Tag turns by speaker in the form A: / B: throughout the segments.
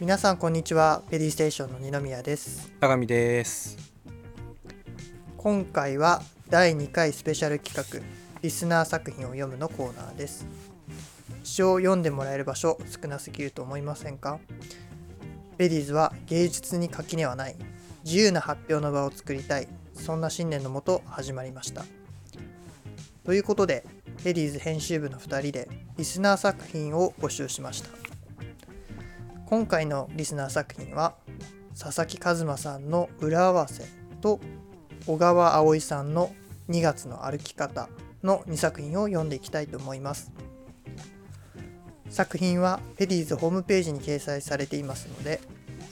A: 皆さんこんにちはペリーステーションの二宮です
B: 高見です。
A: 今回は第2回スペシャル企画リスナー作品を読むのコーナーです詩を読んでもらえる場所少なすぎると思いませんかベリーズは芸術に垣根はない自由な発表の場を作りたいそんな信念のもと始まりましたということでベリーズ編集部の2人でリスナー作品を募集しました今回のリスナー作品は佐々木一馬さんの「裏合わせ」と小川葵さんの「2月の歩き方」の2作品を読んでいきたいと思います作品はペリーズホームページに掲載されていますので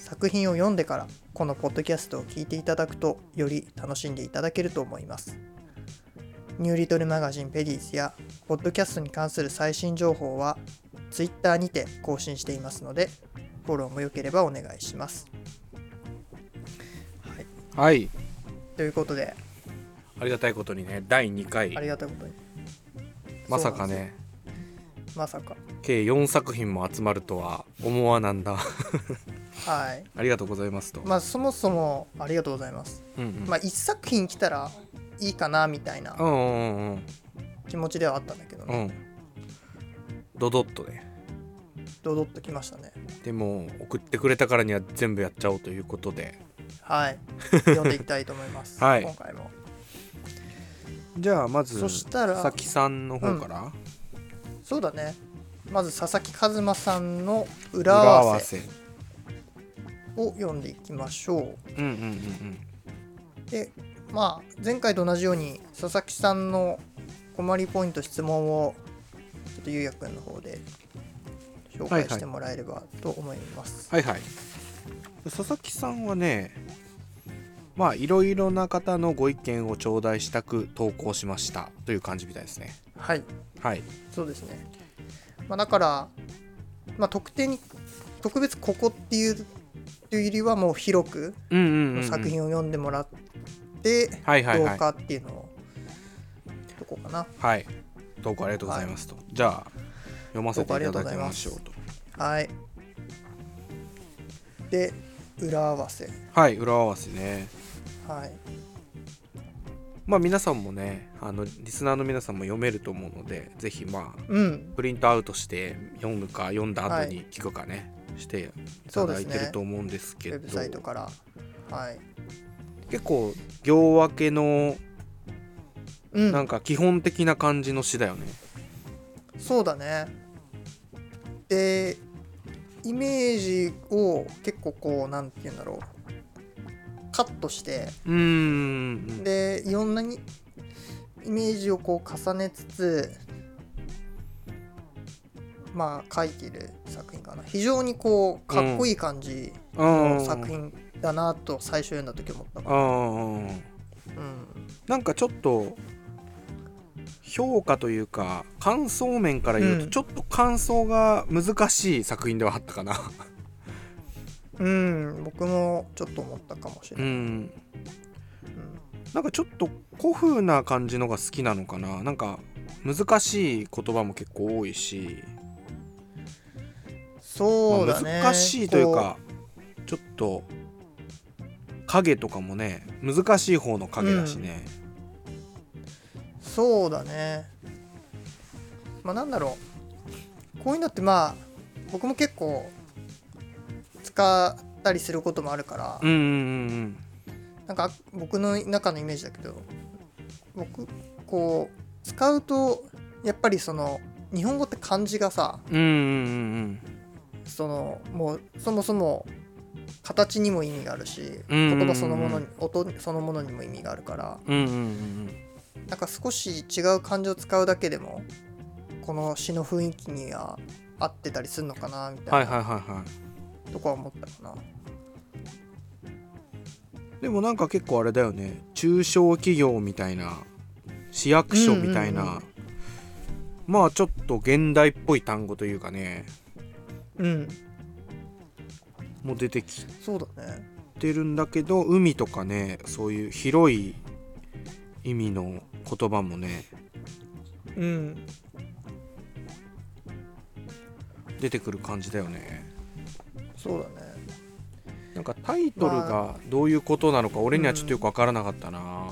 A: 作品を読んでからこのポッドキャストを聞いていただくとより楽しんでいただけると思いますニューリトルマガジンペリーズやポッドキャストに関する最新情報は Twitter にて更新していますのでフォローもよければお願いします
B: はい。
A: ということで
B: ありがたいことにね、第2
A: あ
B: 回、
A: りがたいことに
B: まさかね、
A: まさか
B: 計4作品も集まるとは思わなんだ。
A: はい
B: ありがとうございますと。
A: まあそもそもありがとうございます、
B: うんうん。
A: まあ1作品来たらいいかなみたいな
B: うんうんうん
A: 気持ちではあったんだけど
B: う
A: ね
B: ん。うん。ドドッとね。
A: ドドッときま したね
B: でも、送ってくれたからには全部やっちゃおうということで。
A: はい読んでいきたいと思います、
B: はい
A: 今回も
B: じゃあ、まず、
A: そしたら
B: 佐々木さんの方から、
A: そうだねまず佐々木一馬さんの裏合
B: 裏合
A: わ
B: わ
A: せ
B: せ。
A: を読んでいきましょう
B: うんうんうんうん。
A: でまあ前回と同じように佐々木さんの困りポイント質問をちょっとゆうやくんの方で紹
B: は
A: 介
B: いはい
A: してもらえればと思います、
B: はいはい佐々木さんはねまあいろいろな方のご意見を頂戴したく投稿しましたという感じみたいですね
A: はい
B: はい
A: そうですね、まあ、だから、まあ、特定に特別ここっていうというよりはもう広く
B: うんうんうんうん
A: 作品を読んでもらって
B: はいはい
A: どう
B: はい
A: かっていうのをどこかな
B: はい投稿ありがとうございますと、じゃあ読ませていただきましょうと
A: はいで裏合わせ
B: はい裏合わせね
A: はい
B: まあ皆さんもねあのリスナーの皆さんも読めると思うのでぜひまあ
A: うん
B: プリントアウトして読むか読んだ後
A: は
B: に聞くかね、していただいてると思うんです
A: ウ
B: けど
A: ェブサイトからはい、
B: 結構行分けの
A: うん、
B: なんか基本的な感じの詩だよね。
A: そうだねでイメージを結構こうなんて言うんだろうカットして
B: うーん。
A: でいろんなにイメージをこう重ねつつまあ書いてる作品かな非常にこうかっこいい感じ
B: うん
A: の作。品だなと最初読んだ時思ったか
B: うん。
A: ら、うん、
B: なんかちょっと評価というか感想面から言う
A: う
B: と
A: ん
B: ちょっと感想が難しい作品ではあったかな。
A: うん、僕もちょっと思ったかもしれ
B: う
A: ない、
B: ん。
A: うん
B: なんかちょっと古風な感じのが好きなのかな。なんか難しい言葉も結構多いし、
A: そう
B: ま
A: だ
B: あ
A: ね、
B: 難しいというかちょっと影とかもね難しい方の影だしね。
A: そうだねまあなんだろうこういうのってまあ僕も結構使ったりすることもあるから、
B: うんうんうん
A: なんか僕の中のイメージだけど僕こう使うとやっぱりその日本語って漢字がさ
B: うんうんうんうん
A: そのもうそもそも形にも意味があるし
B: うんうんうんうん
A: 言葉そのものに音そのものにも意味があるから
B: うんうんうん
A: なんか少し違う漢字を使うだけでもこの詩の雰囲気には合ってたりするのかなみ
B: うんは
A: た
B: い
A: い
B: は
A: な
B: いはいは
A: とこは思ったかな、
B: いでもなんか結構あれだよね中小企業みたいな市役所みたいな、
A: うんうんうん
B: まあちょっと現代っぽい単語というかね
A: うん
B: もう出てき
A: そうだね
B: てるんだけど海とかねそういう広い意味の言葉もね
A: うん
B: 出てくる感じだよね
A: そうだね
B: なんかタイトルがどういうことなのか俺にはちょっとよく分からなかったな、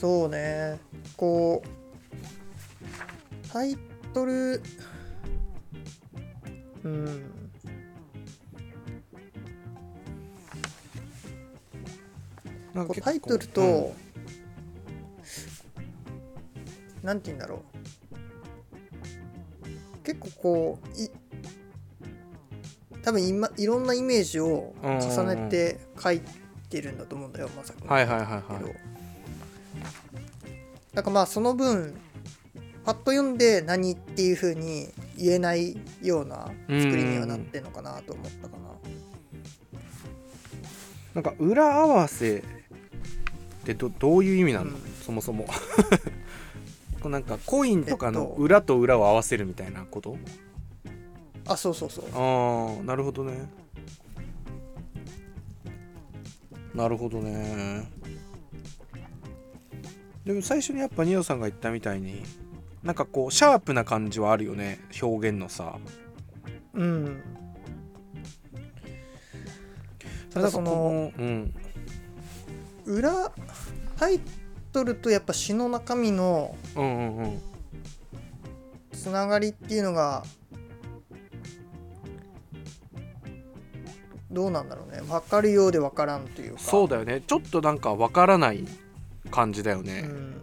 A: そうねこうタイトルうん
B: な
A: こう
B: んか結構
A: タイトルと、
B: うん
A: なんて言うんだろう結構こうい多分今いろんなイメージを重ねて書いてるんだと思うんだよまさくん
B: はいはいはい
A: けど、
B: はい
A: なんかまあその分パッと読んで何っていう風に言えないような作りにはなってんのかなと思ったかな。
B: なんか裏合わせってどどういう意味なの、
A: うん
B: そもそも こうなんかコインとか
A: えっ
B: の
A: と
B: 裏と裏を合わせるみたいなこと、
A: あそうそうそう。
B: ああなるほどねなるほどねでも最初にやっぱニオさんが言ったみたいになんかこうシャープな感じはあるよね表現のさ
A: うん。ただ
B: なんか
A: そ
B: こ
A: の
B: のうん
A: 裏タイトルとやっぱ詩の中身の
B: うんうんうん
A: つながりっていうのがどうなんだろうね分かるようで分からんというか
B: そうだよねちょっとなんかわからない感じだよね、
A: うん、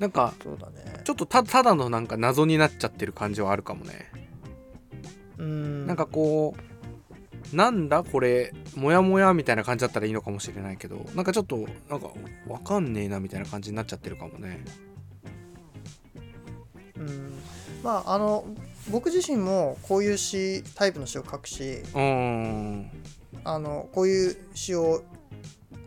B: なんか
A: そうだね
B: ちょっとたただのなんか謎になっちゃってる感じはあるかもね、
A: うん
B: なんかこうなんだこれモヤモヤみたいな感じだったらいいのかもしれないけどなんかちょっとなんかわかんねえなみたいな感じになっちゃってるかもね
A: うん、まああの僕自身もこういう詩タイプの詩を書くし
B: うーん
A: あのこういう詩を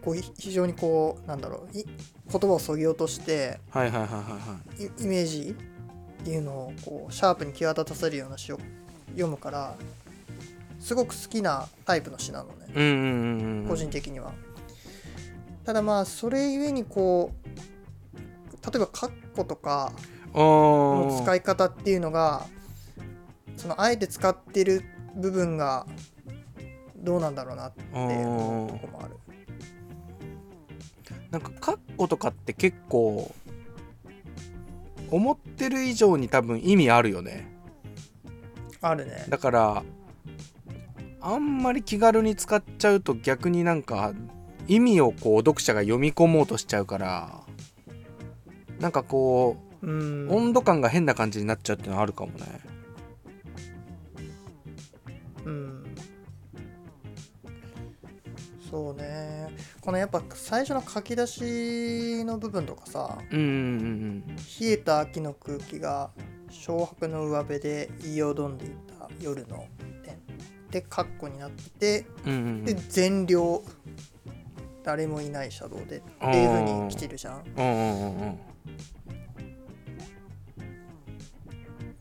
A: こうひ非常にこうなんだろうい言葉をそぎ落として
B: はいはいはいはいはい
A: イイメージっていうのをこうシャープに際立たせるような詩を読むからすごく好きなタイプの詩なのね
B: うんうんうんうん
A: 個人的には。ただまあそれゆえにこう例えば括弧とか
B: あー
A: の使い方っていうのがそのあえて使ってる部分がどうなんだろうなって思うとこもある。
B: なんかカッコとかって結構思ってる以上に多分意味あるよね
A: あるね。
B: だからあんまり気軽に使っちゃうと逆になんか意味をこう読者が読み込もうとしちゃうからなんかこ
A: う
B: う、
A: ん。
B: 温度感が変な感じになっちゃうっていうのはあるかもね
A: うんそうね。このやっぱ最初の書き出しの部分とかさ
B: うんうんう
A: 冷
B: ん
A: えた秋の空気が漂白の上辺で言いよどんでいた夜の点で括弧になってて
B: うんうんうん
A: で全量誰もいない車道でっていう風に来てるじゃん。
B: うんうんうんうん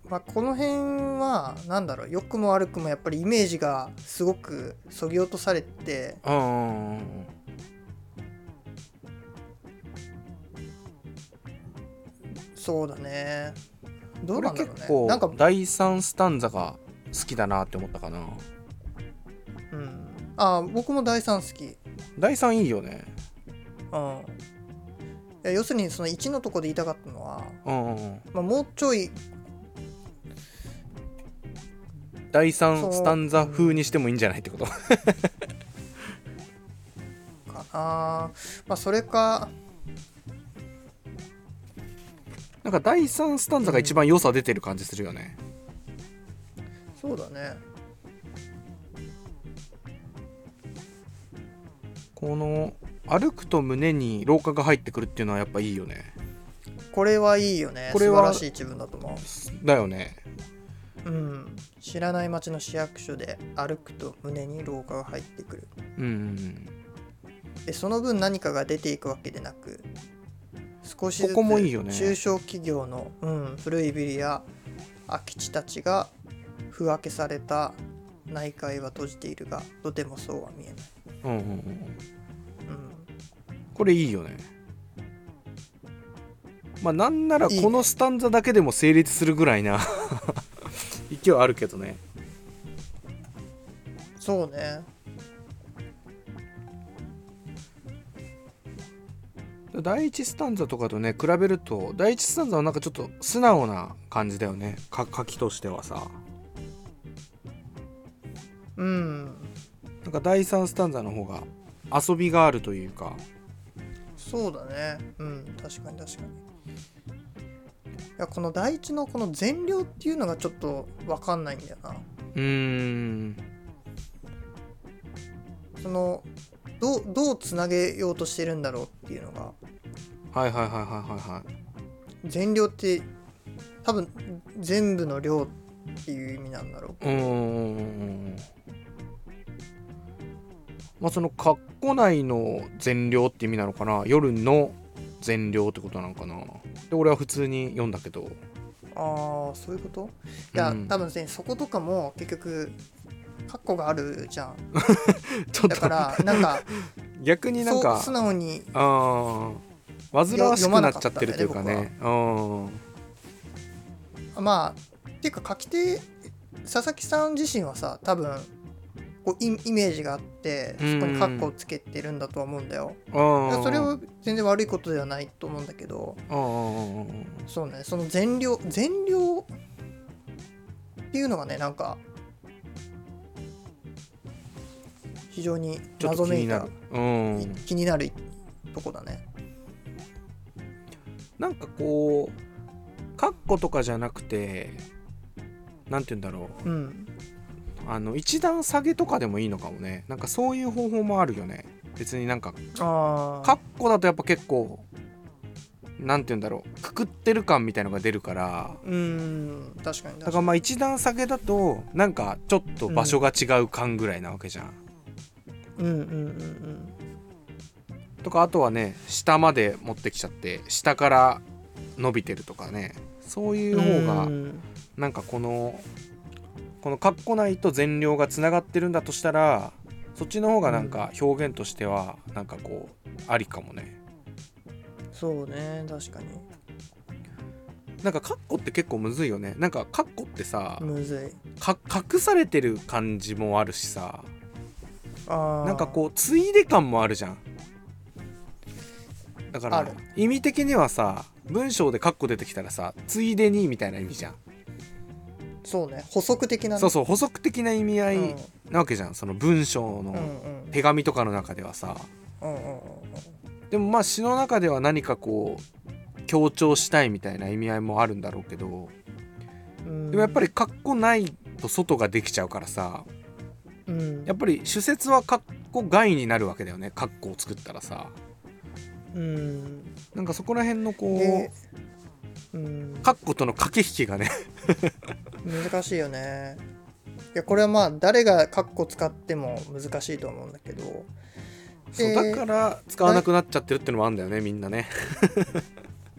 A: まあ、この辺はなんだろう良くも悪くもやっぱりイメージがすごくそぎ落とされて
B: うんうんうんうん
A: そうだねどう
B: 俺
A: なんだろ
B: 結
A: うね
B: 構
A: なんか、
B: 第3スタンザが好きだなって思ったかな
A: うん、あ僕も第3好き、うん
B: 第3いいよね
A: いや、要するにその1のとこで言いたかったのは、
B: うんうんうん
A: まあ、もうちょい
B: 第
A: そ
B: 3
A: う
B: スタンザ風にしてもいいんじゃないってこと
A: かな、まあ、それか
B: なんか第3スタンザが一番良さ出てる感じするよね、
A: そうだね
B: この歩くと胸に廊下が入ってくるっていうのはやっぱいいよね
A: これはいいよね
B: これは
A: 素晴らしい一文だと思
B: だよね
A: う、うん、知らない町の市役所で歩くと胸に廊下が入ってくる
B: うんうん
A: でその分何かが出ていくわけでなく少しずつ
B: ここもいいよね
A: 中小企業の、うん、古いビルや空き地たちがふ分けされた内界は閉じているがとてもそうは見えない、
B: うんうんうんう
A: う
B: ん
A: ん、
B: これいいよねまあなんならこのスタンザだけでも成立するぐらいな 勢いあるけどね
A: そうね
B: 第一スタンザとかとね比べると第一スタンザはなんかちょっと素直な感じだよねか書きとしてはさ
A: うん
B: なんか第三スタンザの方が遊びがあるというか
A: そうだねうん確かに確かにいやこの第一のこの全量っていうのがちょっと分かんないんだよな
B: うーん
A: そのどうどうつなげようとしてるんだろうっていうのが
B: はいはいはいはいはいはい
A: 全量って多分全部の量っていう意味なんだろう
B: うーんまあその括弧内の全量って意味なのかな夜の全量ってことなのかなで俺は普通に読んだけど
A: ああそういうこといや、
B: うん
A: 多分ねそことかも結局カッコがあるじゃん
B: ちょっ
A: だ
B: と
A: からなんか
B: 逆 になん
A: そう
B: か
A: 素直に
B: ああ煩わしくなっちゃってるというか
A: 読まな
B: ねうん
A: まあっていうか書き手佐々木さん自身はさ多分こうイイメージがあってそこにカッコをつけてるんだとは思うんだよ、だからそれ
B: うん
A: は全然悪いことではないと思うんだけど、
B: うんうんうん
A: そうねその全量全量っていうのがねなんか非常に
B: ちょっ
A: 謎
B: と気
A: め
B: に
A: い
B: な
A: た
B: るうん
A: 気になるとこだね
B: なんかこう括弧とかじゃなくてなんて言うんだろう
A: うん
B: あの一段下げとかでもいいのかもねなんかそういう方法もあるよね別になんか
A: あ
B: カッコだとやっぱ結構なんて言うんだろうくくってる感みたいのが出るから
A: うん確かに確
B: だか
A: からに
B: まあ一段下げだとなんかちょっと場所が違う感ぐらいなわけじゃん、
A: うんうんうん
B: とかあとはね下まで持ってきちゃって下から伸びてるとかねそうい
A: うん
B: う方
A: う
B: が
A: ん
B: なんかこのこのカッコ内と全量がつながってるんだとしたらそっちの方がなんか表現としてはなんかこうありかもね
A: そうね確かに
B: なんかカッコって結構むずいよねなんかカッコってさ
A: むずい
B: か隠されてる感じもあるしさ
A: あ
B: なんかこうついで感もあるじゃんだか
A: あ
B: ら
A: る
B: 意味的にはさ文章でカッコ出てきたらさついでにみたいな意味じゃん
A: うそうね補足的なね
B: そうそう補足的な意味合い
A: うん
B: なわけじゃんその文章
A: うんう
B: の
A: ん
B: 手紙とかの中ではさ
A: うんうんうん
B: でもまあ詩の中では何かこう強調したいみたいな意味合いもあるんだろうけど
A: うん
B: でもやっぱりカッコないと外ができちゃうからさ
A: うん
B: やっぱり主説はカッコ外になるわけだよねカッコを作ったらさ
A: うん
B: なんかそこら辺のこ
A: で
B: う
A: うん
B: カッコとの駆け引きがね
A: 難しいよねいやこれはまあ誰がカッコ使っても難しいと思うんだけど
B: そうだから使わなくなっちゃってるってのもあるんだよねみんなね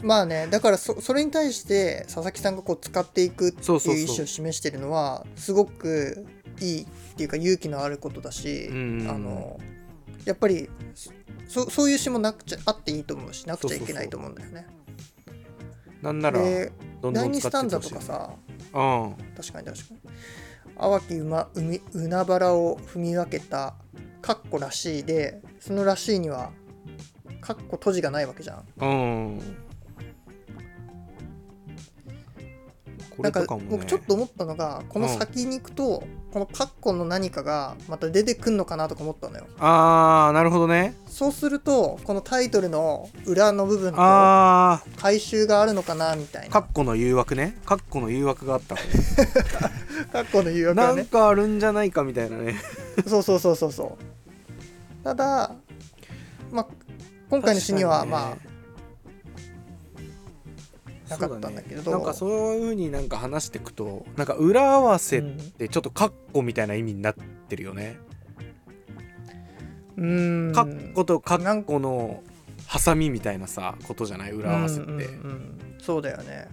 A: まあねだからそそれに対して佐々木さんがこう使っていくって
B: そうそう
A: い
B: そうう
A: 意思を示してるのはすごくいいっていうか勇気のあることだし、
B: うんうん
A: あのやっぱりそそういう詩もなくちゃあっていいと思うしなくちゃいけないと思うんだよね。
B: なんなら
A: で
B: どんど
A: 第
B: ん
A: 二
B: 使
A: ス
B: って
A: タン
B: っ
A: ザ
B: てほし
A: と
B: い
A: かさ
B: うん
A: 確かに確かに淡き馬海海原を踏み分けたカッコらしいでそのらしいにはカッコ閉じがないわけじゃん
B: うんこ
A: な
B: れ
A: んか
B: とかもね
A: 僕ちょっと思ったのがこの先に行くと、このカッコの何かがまた出てくんのかなとか思ったのよ
B: あーなるほどね
A: そうするとこのタイトルの裏の部分と
B: あ
A: 回収があるのかなみたい
B: ー
A: な
B: カッコの誘惑ねカッコの誘惑があったわね
A: カッコの誘惑
B: な
A: は
B: ん
A: ね
B: かあるんじゃないかみたいなね
A: そうそうそうそうそうただまあ今回の詩には
B: 確か
A: まあ
B: ね
A: なかったんだけど
B: そうねなんかそういうふうになんか話していくとなんか裏合わせってちょっとカッコみたいな意味になってるよね、
A: うーん
B: カッコとカッコの挟みみたいなさことじゃない裏合わせって、
A: うんうんうんそうだよね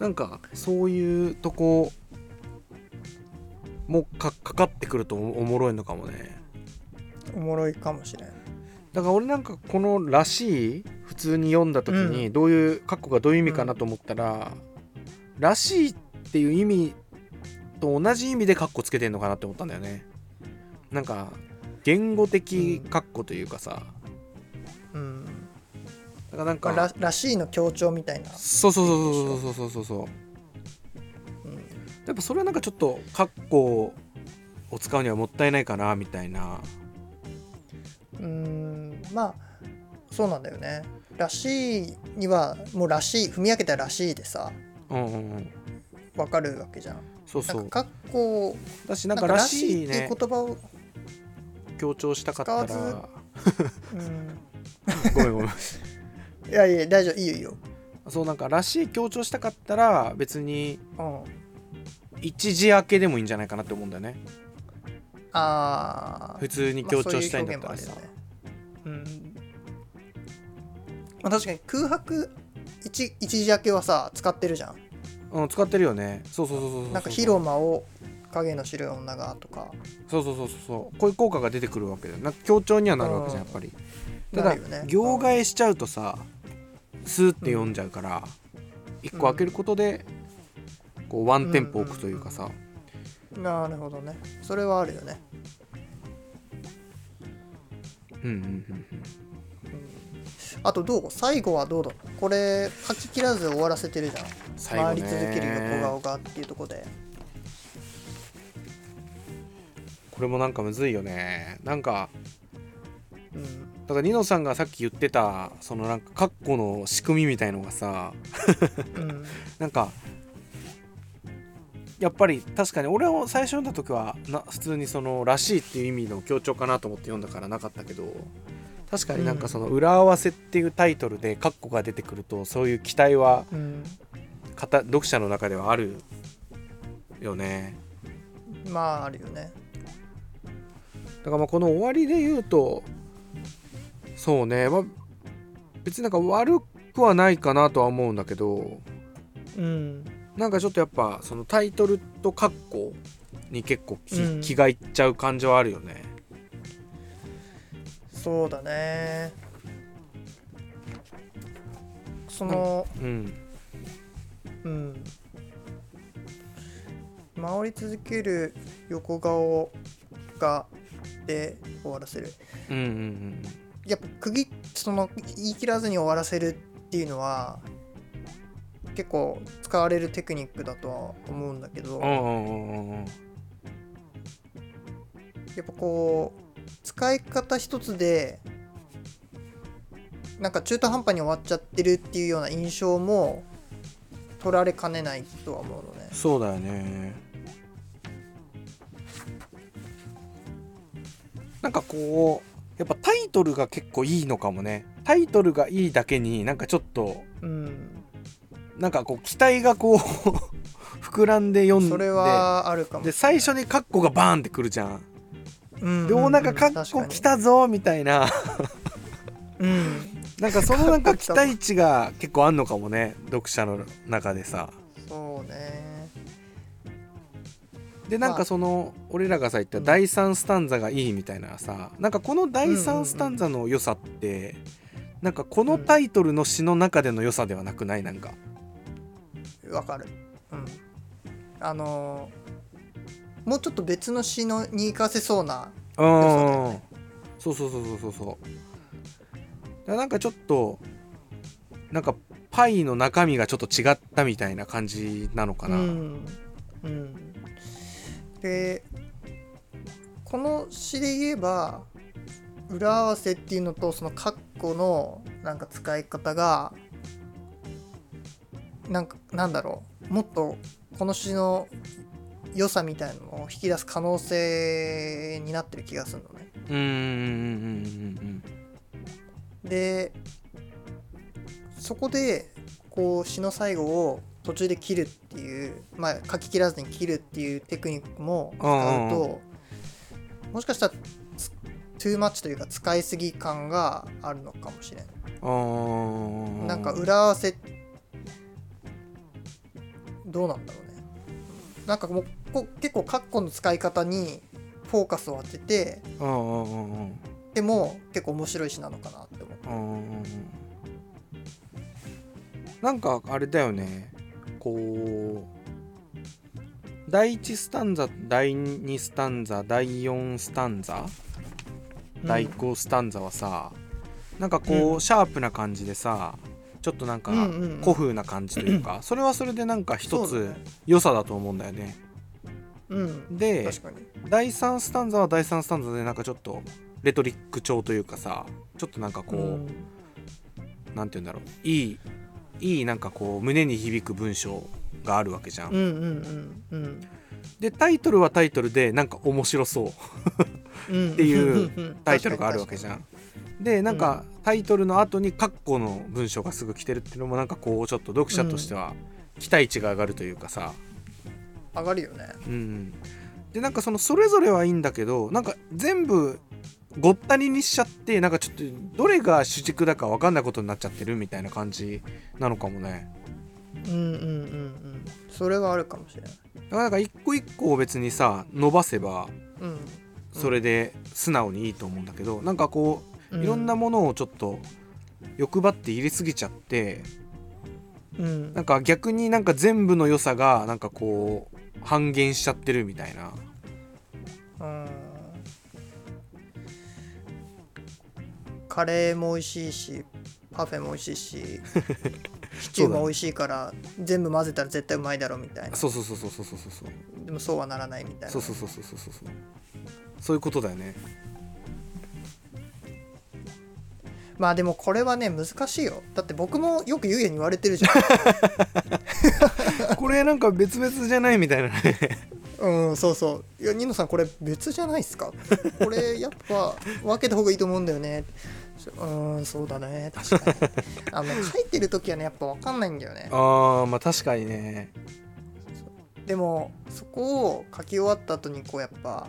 B: なんかそういうとこもかかかってくるとおおもろいのかもね
A: おもろいかもしれん
B: だから俺なんかこの「らしい」普通に読んだ時にどういう括弧がどういう意味かなと思ったら「らしい」っていう意味と同じ意味で括弧つけてんのかなって思ったんだよねなんか言語的括弧というかさ
A: うん、
B: だからなん
A: ま
B: か、
A: あ、ららしいの強調みたいな、
B: そうそうそうそうそうそうそうそう
A: うん、
B: やっぱそれはなんかちょっと括弧を使うにはもったいないかなみたいな
A: うーんまあそうなんだよね。らしいにはもうらしい踏み分けたらしいでさ
B: うんうんうん
A: わかるわけじゃん。
B: そう
A: な
B: そ
A: ん
B: う
A: か格好
B: だしなんからしい
A: ってい
B: ね
A: う言葉を、
B: 強調したかった
A: 使わ
B: ら
A: うん、
B: ごめんごめん
A: いやいや大丈夫いいよいいよ。
B: そうなんからしい強調したかったら別に
A: うん、
B: 一時明けでもいいんじゃないかなって思うんだよね
A: ああ
B: 普通に強調したいんだったらさ、
A: まあそういう表現もあるよねうんまあ、確かに空白一一時明けはさ使ってるじゃん。
B: うん使ってるよねそうそうそうそうそう
A: なんか広間を影の白い女がとか
B: そうそうそうそうそうこういう効果が出てくるわけだよなんか強調にはなるわけじゃん
A: う
B: やっぱりた
A: な
B: だ、
A: るよね。
B: 行替えしちゃうとさスーって読んじゃうから、一個開けることでこうワンテンポ置くというかさ、
A: なるほどね。それはあるよね。
B: うんうんうんうん
A: あとどう最後はどうだったこれ書き切らず終わらせてるじゃん、
B: 最後
A: 回り
B: ね
A: 続ける横顔がっていうとこで
B: これもなんかむずいよねなんか
A: うん
B: だからニノさんがさっき言ってたそのなんか括弧の仕組みみたいのがさ
A: うん
B: なんかやっぱり確かに俺を最初読んだ時はな普通にその「らしい」っていう意味の強調かなと思って読んだからなかったけど確かになんかその「裏合わせ」っていうタイトルで括弧が出てくるとそういう期待は
A: うん
B: かた読者の中ではあるよね。
A: まああるよね
B: だからまあこの終わりで言うとそうね、まあ、別になんか悪くはないかなとは思うんだけど
A: うん
B: なんかちょっとやっぱそのタイトルと括弧に結構き
A: うん
B: 気がいっちゃう感じはあるよね。
A: そうだねその
B: うん、
A: うん回り続ける横顔がで終わらせる
B: うん、うんうん
A: やっぱ区切その言い切らずに終わらせるっていうのは結構使われるテクニックだとは思うんだけど、
B: うんうんうんうんうん
A: やっぱこう使い方一つでなんか中途半端に終わっちゃってるっていうような印象も取られかねないとは思うのね。
B: そうだよね。なんかこうやっぱタイトルが結構いいのかもね。タイトルがいいだけになんかちょっと
A: うん、
B: なんかこう期待がこう 膨らんで読んで
A: それはあるかも
B: で最初にカッコがバーンってくるじゃん。
A: うん
B: でおなんかカッ
A: 確
B: コ
A: に
B: 来たぞみたいな
A: うん
B: なんかそのなんか
A: カッコ来
B: 期
A: たぞ
B: 待値が結構あんのかもね読者の中でさ。
A: そうね
B: でなんかその俺らがさ言った
A: うん
B: 第3スタンザがいいみたいなさなんかこの第
A: うんうんう
B: 3
A: ん
B: スタンザの良さってなんかこのタイトルの詩の中での良さではなくないなんか。
A: わかるうんあのーもうちょっと別の詩のに行かせそうな
B: うんそうそうそうそうそうそうだからなんかちょっとなんかパイの中身がちょっと違ったみたいな感じなのかな、
A: うんうん、でこの詩で言えば裏合わせっていうのとその括弧のなんか使い方がなんかなんだろうもっとこの詩の良さみたいなのを引き出す可能性になってる気がするのね。
B: うんうんうん
A: でそこでこう詩の最後を途中で切るっていう、まあ、書き切らずに切るっていうテクニックも使う
B: う
A: ともしかしたらつトゥーマッチというか使いすぎ感があるのかもしれん。
B: うんうんうん
A: なんか裏合わせどうなんだろうね。なんかもうこ結構カッコの使い方にフォーカスを当てて
B: うんうんうんうん
A: でも結構面白い詩なのかなって思う
B: うんなんかあれだよねこう第1スタンザ第2スタンザ第4スタンザ、
A: うん
B: 第5スタンザはさなんかこう、
A: うん
B: シャープな感じでさちょっとなんか
A: うんうんうん
B: 古風な感じとい うか、それはそれでなんか一
A: そうだ
B: つ
A: ね
B: 良さだと思うんだよね。
A: うん
B: で
A: 確かに
B: 第3スタンザは第3スタンザでなんかちょっとレトリック調というかさちょっとなんかこう、
A: うん
B: なんて言うんだろういいいいなんかこう胸に響く文章があるわけじゃん、
A: うんうんうんうん
B: でタイトルはタイトルでなんか面白そう
A: うん
B: っていう
A: うん
B: タイトルがあるわけじゃんでなんかタイトルの後にカッコの文章がすぐ来てるっていうのもなんかこうちょっと読者としては期待値が上がるというかさ、
A: 上がるよね
B: うん、でなんかそのそれぞれはいいんだけどなんか全部ごったににしちゃってなんかちょっとどれが主軸だか分かんないことになっちゃってるみたいな感じなのかもね。
A: うんうんうんうんそれはあるかもしれない
B: だからなんか一個一個を別にさ伸ばせば
A: うん
B: それで素直にいいと思うんだけど、なんかこ
A: う
B: ういろんなものをちょっと欲張って入れすぎちゃって
A: うん
B: なんか逆になんか全部の良さがなんかこう半減しちゃってるみたいな
A: うんカレーも美味しいしパフェも美味しい しシチューも美味しいから、全部混ぜたら絶対うまいだろうみたいな
B: そうそうそうそうそうそうそうそう
A: でもそうはならないみたいな
B: そうそうそうそうそうそうそういうことだよね
A: まあでもこれはね難しいよだって僕もよくゆうやに言われてるじ
B: これなんか別々じゃないみたいなね
A: ゃんうんそうそう「いやニノさんこれ別じゃないですか?」これやっぱ分けた方がいいと思うんだよね」うーんそうだね確かにあの書いてる時はねやっぱ分かんないんだよね
B: あー まあ確かにね
A: でもそこを書き終わった後にこうやっぱ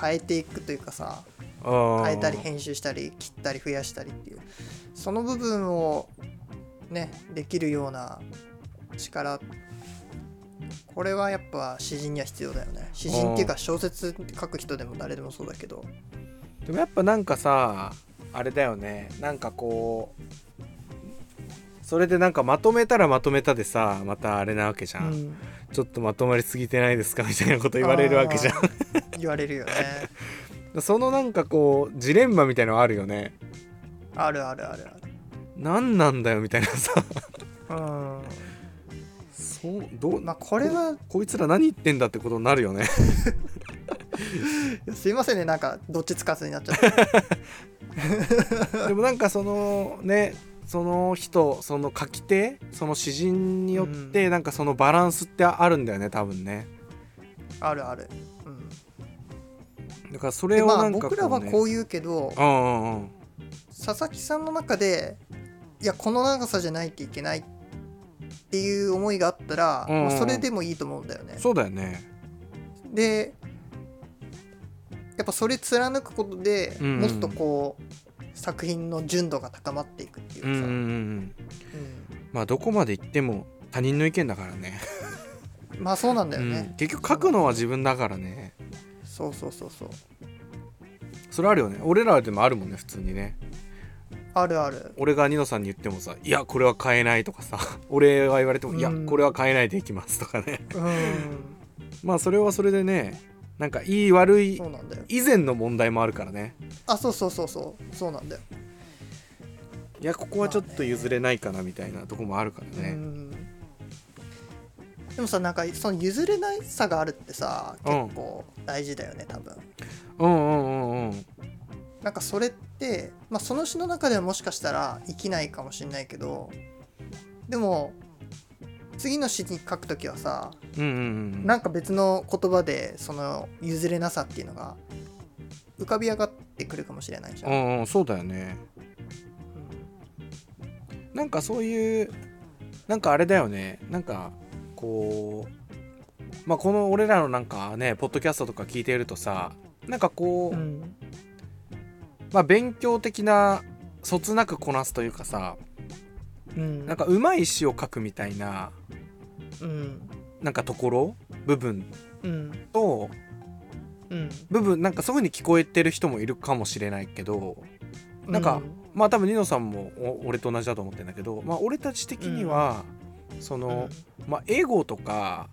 A: 変えていくというかさ
B: あ
A: 変えたり編集したり切ったり増やしたりっていうその部分をねできるような力これはやっぱ詩人には必要だよね詩人っていうか小説書く人でも誰でもそうだけど
B: でもやっぱなんかさあれだよねなんかこうそれでなんかまとめたらまとめたでさまたあれなわけじゃん、
A: うん
B: ちょっとまとまりすぎてないですかみたいなこと言われるわけじゃ
A: あー言われるよね
B: ん そのなんかこうジレンマみたいのはあるよね
A: あるあるある
B: 何なんだよみたい なさ
A: あるうん
B: そうどう
A: まあこれは
B: こいつら何言ってんだってことになる よね
A: すいませんねなんかどっちつかずになっちゃった
B: でもなんかそのねその人その書き手その詩人によってなんかそのバランスってあるんだよね多分ね
A: あるあるうん
B: だからそ
A: で
B: れを
A: ま
B: な
A: あ
B: んか
A: 僕らは
B: ね
A: こう言うけど
B: うんうんうん
A: 佐々木さんの中でいやこの長さじゃないといけないっていう思いがあったら、
B: うんうん
A: もうそれでもいいと思うんだよね。
B: そうだよね。
A: でやっぱそれ貫くことで、
B: うんうん
A: もっとこう作品の純度が高まっていくっていう
B: う
A: か
B: んうん
A: さ、
B: うんう
A: うん
B: ん。まあどこまで行っても他人の意見だからね。
A: まあそうなんだよ
B: うん
A: ね、
B: 結局書くのは自分だからね。
A: そうそうそうそう
B: それあるよね。俺らでもあるもんね普通にね。
A: あるある
B: 俺がニノさんに言ってもさ「いやこれは変えない」とかさ 俺は言われても「いや
A: うん
B: これは変えないでいきます」とかね。
A: うん
B: まあそれはそれでねなんかいい悪い
A: そうなんだよ
B: 以前の問題もあるからね。
A: あそうそうそうそうそうなんだよ、
B: いやここはちょっと譲れないかなみたいなとこもあるから
A: う
B: ね。
A: んでもさなんかその譲れないさがあるってさ
B: うん
A: 結構大事だよね多分
B: うんうんうんうん。
A: なんかそれって、まあ、その詩の中ではもしかしたら生きないかもしれないけどでも次の詩に書くときはさ
B: うんうんうん。
A: なんか別の言葉でその譲れなさっていうのが浮かび上がってくるかもしれないじゃ。
B: うんんうんそうだよね。なんかそういうなんかあれだよねなんかこうまあこの俺らのなんかねポッドキャストとか聞いてるとさなんかこ
A: う
B: う、
A: ん
B: まあ勉強的なそつなくこなすというかさ
A: うん
B: なんかうまい詩を書くみたいな
A: うん
B: なんかところ部分
A: うん
B: と
A: うん
B: 部分なんかそういうふうに聞こえてる人もいるかもしれないけどなんか
A: うん
B: まあ多分ニノさんもお俺と同じだと思ってるんだけど、まあ、俺たち的には、その、まあ、エゴとか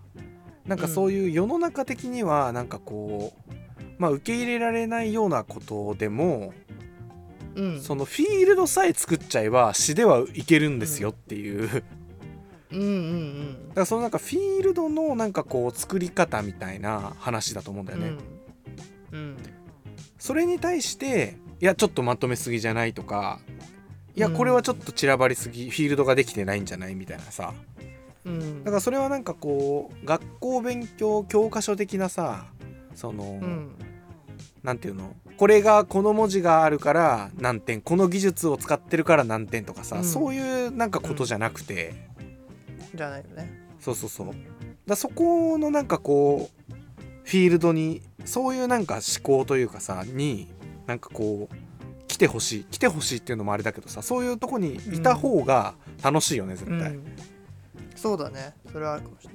B: なんかそういう世の中的にはなんかこう、まあ、受け入れられないようなことでも
A: うんうん
B: そのフィールドさえ作っちゃえば詩ではいけるんですよっていう、だか
A: うんうん
B: らそのなんかフィールドのなんかこう作り方みたいな話だと思うんだ
A: う
B: よ
A: ん
B: ね。
A: うん
B: それに対していやちょっとまとめすぎじゃないとかいや
A: うん
B: これはちょっと散らばりすぎ、フィールドができてないんじゃないみたいなさ
A: うん
B: だからそれはなんかこう学校勉強教科書的なさその、
A: うん
B: なんていうのこれがこの文字があるから何点この技術を使ってるから何点とかさ、
A: うん
B: そういうなんかことじゃなくて、
A: じゃないよね
B: そうそうそうだからそこのなんかこうフィールドにそういうなんか思考というかさになんかこう来てほしい来てほしいっていうのもあれだけどさそういうとこにいた方が楽しいよね、絶対、
A: うんそうだねそれはあるかもしれ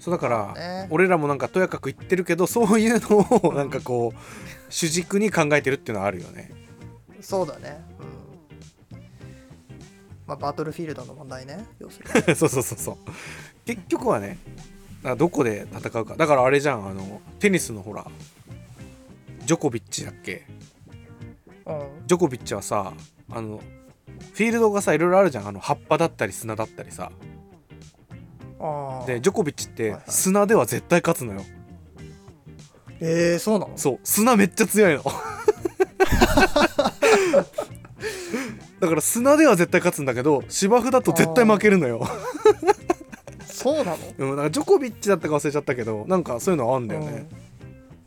B: そうだから、
A: ないね
B: 俺らもなんかとやかく言ってるけどそういうのをなんかこう主軸に考えてるっていうのはあるよね
A: そうだねうんまあバトルフィールドの問題ね要するに
B: そうそうそうそう結局はねあどこで戦うかだからあれじゃんあのテニスのほらジョコビッチだっけ
A: うん
B: ジョコビッチはさあのフィールドがさいろいろあるじゃんあの葉っぱだったり砂だったりさ
A: ああ
B: でジョコビッチっ
A: は
B: て
A: いはい
B: 砂では絶対勝つのよ
A: えー、そうなの
B: そう砂めっちゃ強いの だから砂では絶対勝つんだけど芝生だと絶対負けるのよ、
A: そうなの
B: うん、なんかジョコビッチだったか忘れちゃったけどなんかそういうのあんだよね、
A: うん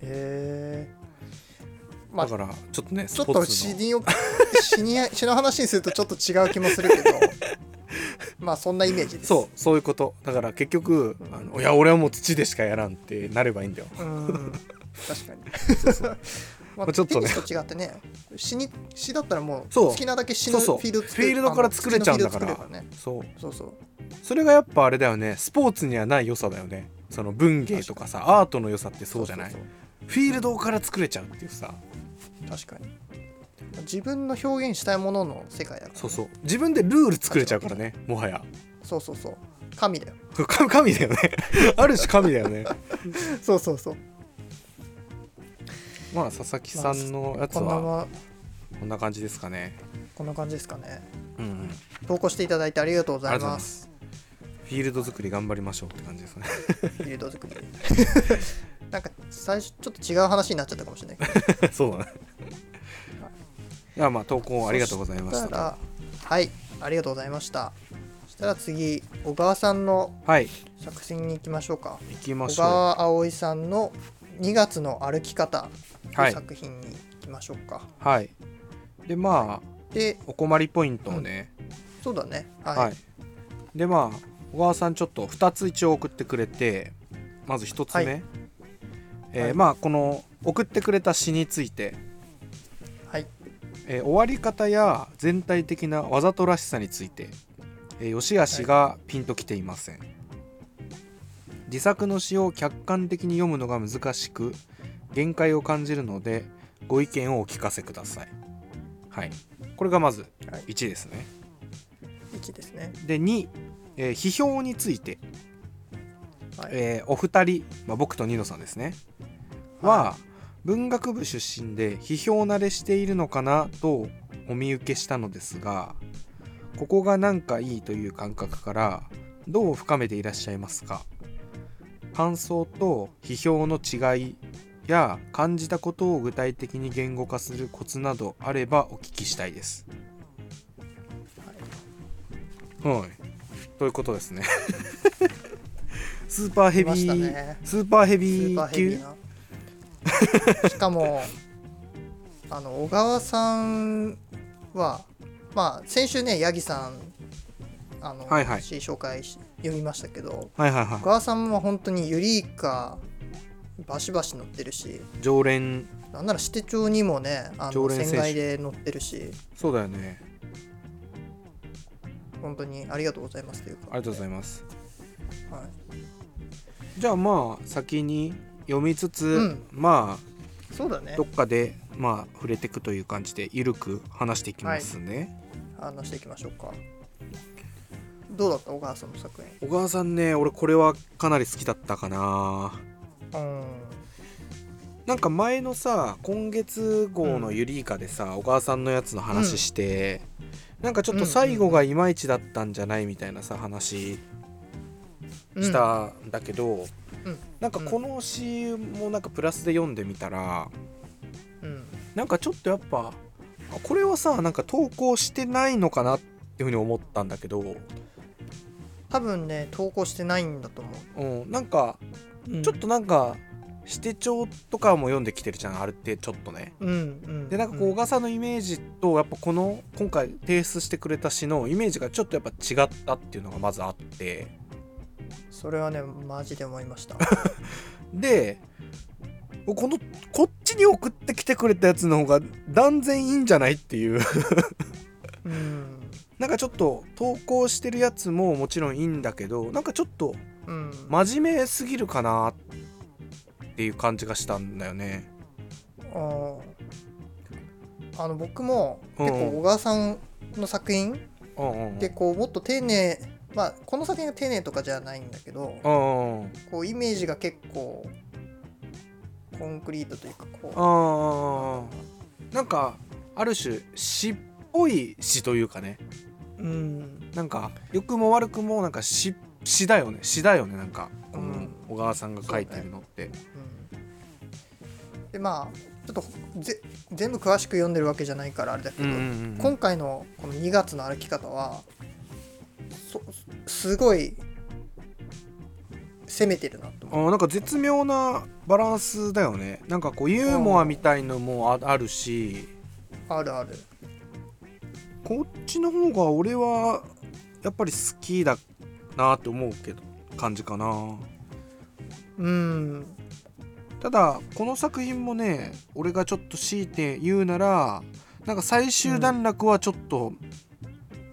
A: えー、まあ
B: だからちょっとね
A: ちょっ
B: スポ
A: と
B: ーツ
A: 死
B: の
A: にを 死に死の話にするとちょっと違う気もする けどまあそんなイメージです
B: そうそういうことだから結局あのいや俺はもう土でしかやらんってなればいいんだよ
A: ううん確かにま
B: まあちょっとね
A: テニスと違ってね死に死だったらもう
B: そう
A: 好きなだけ死の
B: そうそう
A: フィールド作れ
B: フィールドから作れちゃうんだから
A: あの好きなフィールド作ればね
B: そう
A: そうそう
B: それがやっぱあれだよねスポーツにはない良さだよねその文芸とかさアートの良さってそうじゃない
A: そ
B: フィールドから作れちゃうっていうさ
A: うそう確かに自分の表現したいものの世界だから
B: そうそう自分でルール作れちゃうからねもはや
A: そうそうそう神だよ
B: 神神だよね ある種神だよね
A: そうそうそう
B: まあ佐々木さんのやつ
A: こんな
B: は
A: ま
B: こんな感じですかね
A: こんな感じですかね
B: うんうん
A: 投稿していただいてありがとうござ
B: ありがとう
A: いま
B: ございま
A: す
B: すフィールド作り頑張りましょうって感じですね
A: フィールド作り なんか最初ちょっと違う話になっちゃったかもしれないけど
B: そうだねいやまあ投稿ありがとうございまし
A: そした
B: た
A: らはいありがとうございましたそしたら次小川さんの
B: はい
A: 作品に行きましょうか
B: 行きま
A: 小
B: しょ
A: 川葵さんの2月の歩き方と
B: は
A: いう
B: い
A: 作品に行きましょうか、
B: うはいでまあ
A: で
B: お困りポイントをね、
A: そうだねはい、
B: はい、でまあ小川さんちょっと2つ一応送ってくれてまず1つ目、
A: はい
B: えー
A: はい
B: まあこの送ってくれた詩について、
A: はい
B: えー終わり方や全体的なわざとらしさについて、えー、吉しがピンときていません、自作の詩を客観的に読むのが難しく限界を感じるのでご意見をお聞かせくださいはいこれがまず
A: はい
B: 1ですね、
A: 1ですね
B: で2、えー批評について、
A: はい、
B: えーお二人、まあ、僕とニノさんですね
A: はい
B: は、文学部出身で批評慣れしているのかなとお見受けしたのですがここがなんかいいという感覚からどう深めていらっしゃいますか感想と批評の違いや感じたことを具体的に言語化するコツなどあればお聞きしたいです。はい、ということで すね。 スーパーヘ
A: 来
B: ビ
A: ま
B: ー、
A: したね
B: スーパーヘ
A: ス
B: ビ
A: ーパー
B: ー
A: ヘビ
B: 級
A: ーな しかもあの小川さんはまあ先週ねヤギさんあの、
B: はいはい
A: 詩紹介し読みましたけど
B: はいはいは
A: 小川さんは本当にユリイカバシバシ乗ってるし
B: い常連
A: なんなら支店長にもねあ
B: 常
A: の
B: 連選手
A: 船外で乗ってるし
B: そうだよね
A: 本当にありがとうございますというか
B: ありがとうございます
A: はい
B: じゃあまあ先に読みつつ、
A: ん
B: ま
A: そうだね
B: あどっかでまあ触れていくという感じでゆるく話していきますね、
A: 話していきましょうかどうだった小川さんの作品
B: 小川さんね俺これはかなり好きだったかな
A: うん
B: なんか前のさ今月号のユリイカでさ、小川さんのやつの話して、なんかちょっと最後がいまいちだったんじゃないみたいなさ話
A: うん
B: したんだけど、
A: うん
B: なんかこの詩もなんかプラスで読んでみたら
A: うん
B: なんかちょっとやっぱあこれはさなんか投稿してないのかなっていうふうに思ったんだけど、
A: 多分ね投稿してないんだと思
B: うん、なんか
A: う、うん
B: ちょっとなんか指定帳とかも読んできてるじゃんあれってちょっとね。
A: うんうん
B: でなんかこう
A: が
B: 小笠さんのイメージとやっぱこの今回提出してくれた詩のイメージがちょっとやっぱ違ったっていうのがまずあって
A: それはねマジで思いました
B: でこのこっちに送ってきてくれたやつの方が断然いいんじゃないっていう
A: うん
B: なんかちょっと投稿してるやつももちろんいいんだけどなんかちょっと
A: うん
B: 真面目すぎるかなっていう感じがしたんだよね。
A: うんあの僕も
B: うん
A: 結構小川さんの作品
B: うんうんうん
A: でこうもっと丁寧まあこの作品が丁寧とかじゃないんだけど
B: うんうん
A: こうイメージが結構コンクリートというかこ
B: あーなんかある種詩っぽい詩というかね
A: ううん
B: なんか良くも悪くもなんか詩詩だよね詩だよねなんかこ
A: う
B: の
A: ん
B: 小川さんが書いてるのって、
A: でまあちょっとぜ全部詳しく読んでるわけじゃないからあれだけ
B: う
A: ど、
B: んうんうん
A: 今回のこの2月の歩き方はそすごい攻めてるなと
B: あ
A: 思
B: ーなんか絶妙なバランスだよねなんかこうユーモアみたいのもああるし
A: うあるある
B: こっちの方が俺はやっぱり好きだなって思うけど感じかな
A: うん
B: ただこの作品もね俺がちょっと強いて言うならなんか最終段落はちょっと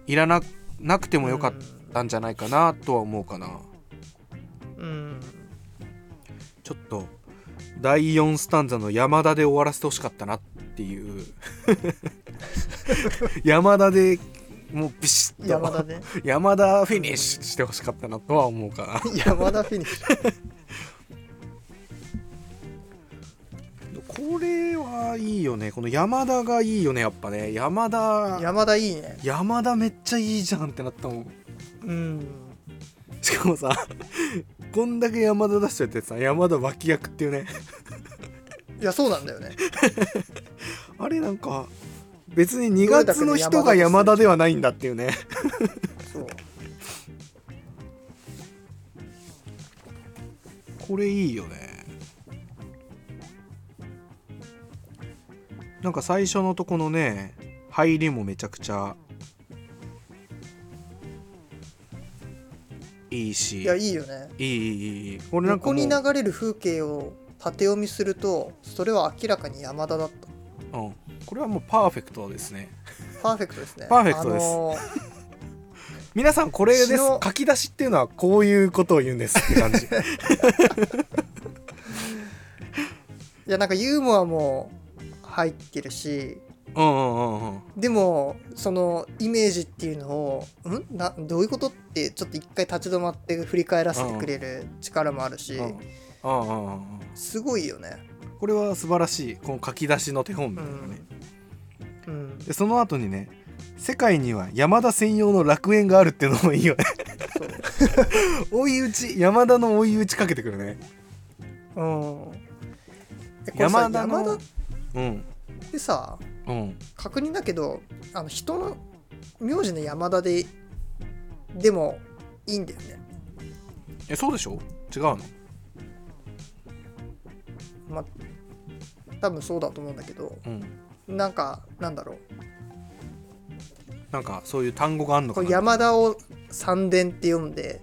B: いらな,、なくてもよかったんじゃないかなとは思うかな、
A: うん
B: ちょっと第4スタンザの山田で終わらせてほしかったなっ ていう山田でもうビシッと
A: 山田ね
B: 山田フィニッシュしてほしかったなとは思うか な
A: 山田フィニッシュ
B: これはいいよねこの山田がいいよねやっぱね山田
A: 山田いいね
B: 山田めっちゃいいじゃんってなったもん
A: うん
B: しかもさこんだけ山田出しちゃってさ山田脇役っていうね
A: いやそうなんだよね
B: あれなんか別に2月の人が山田ではないんだっていうね
A: そう
B: これいいよねなんか最初のとこのね入りもめちゃくちゃいいし
A: いやいいよね
B: いいいいいいいいこれなんか
A: 横
B: もう
A: に流れる風景を縦読みするとそれは明らかに山田だった
B: うん、これはもうパーフェクトですね
A: パーフェクトですね
B: パーフェクトです
A: あのー
B: 皆さんこれです
A: 詩の
B: 書き出しっていうのはこういうことを言うんですっ て感じ
A: いやなんかユーモアも入ってるし
B: うんうんうんうん
A: でもそのイメージっていうのをんなどういうことってちょっと一回立ち止まって振り返らせてくれる力もあるし、
B: うんうんうんうんうん
A: すごいよね。
B: これは素晴らしいこの書き出しの手本みたいなね、
A: うん、
B: でその後にね世界には山田専用の楽園があるっていうのもいいよね 追い打ち山田の追い打ちかけてくるね
A: そう、うん、えこれさ
B: 山
A: 山田
B: 田の
A: っ
B: うん
A: てさ
B: うん
A: 確認だけどあの人の名字の山田ででもいいんだよね。
B: えそうでしょ違うの
A: まあ多分そうだと思うんだけど
B: うん
A: なんかなんだろう
B: なんかそういう単語があんの
A: こ
B: か
A: う
B: な
A: 山田を三伝って読んで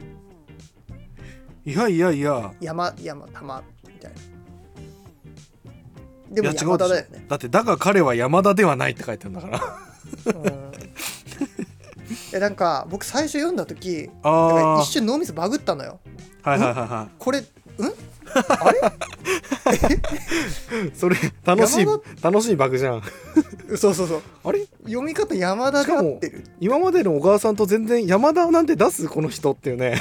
B: いやいやいや
A: 山山玉みたいなでも
B: いや違うでしょ
A: 山田だよね
B: だってだが彼は山田ではないって書いてるんだからあ
A: うん いやなんか僕最初読んだ時なんか
B: あ
A: 一瞬脳みそバグったのよ
B: はいはいはいはい
A: これんあれ
B: それ楽しい
A: 山
B: 楽しいバグじゃん
A: そうそうそう
B: あれ
A: 読み方山田で合ってる
B: 今までの小川さんと全然山田なんて出すこの人っていうね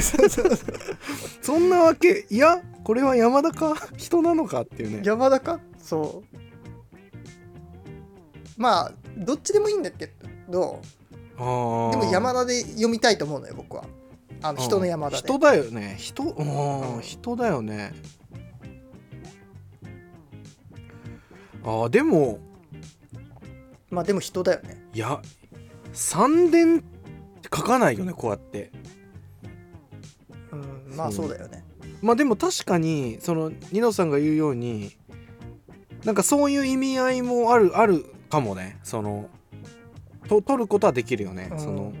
A: そうそうそう
B: そんなわけいやこれは山田か人なのかっていうね
A: 山田かそうまあどっちでもいいんだけど
B: あー
A: でも山田で読みたいと思うのよ僕はあの人の山田で、
B: 人だよね人うん、
A: うん
B: 人だよねあーでも
A: まあでも人だよね
B: いや三伝書かないよねこうやって
A: うんまあそうだよね
B: まあでも確かにそのニノさんが言うようになんかそういう意味合いもあるあるかもねそのと取ることはできるよね、その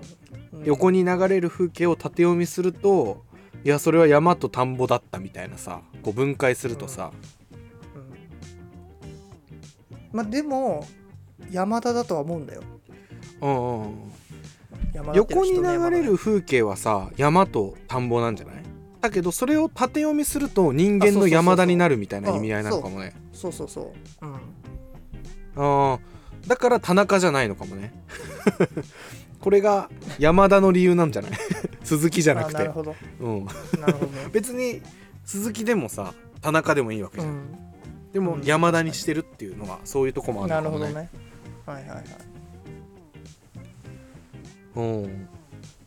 A: うん
B: 横に流れる風景を縦読みするといやそれは山と田んぼだったみたいなさこう分解するとさ、
A: うんまあでも山田だとは思うんだよ
B: うんうんうん
A: 山田っていうの
B: 横
A: は
B: に
A: 人の
B: 流
A: 山田
B: れる風景はさ山と田んぼなんじゃないだけどそれを縦読みすると人間の山田になるみたいな意味合いなのかもね
A: そうそうそううん
B: あーだから田中じゃないのかもね これが山田の理由なんじゃない 鈴木じゃな
A: あ
B: く
A: な
B: て
A: る、ほど
B: うん、
A: なるほどね
B: 別に鈴木でもさ田中でもいいわけ
A: う
B: じゃん、
A: ん
B: でも
A: うん
B: 山田にしてるっていうのはそういうとこもあ
A: な
B: る
A: る
B: のか
A: ほ
B: も
A: どね。
B: ね
A: はいはいはい。
B: うん、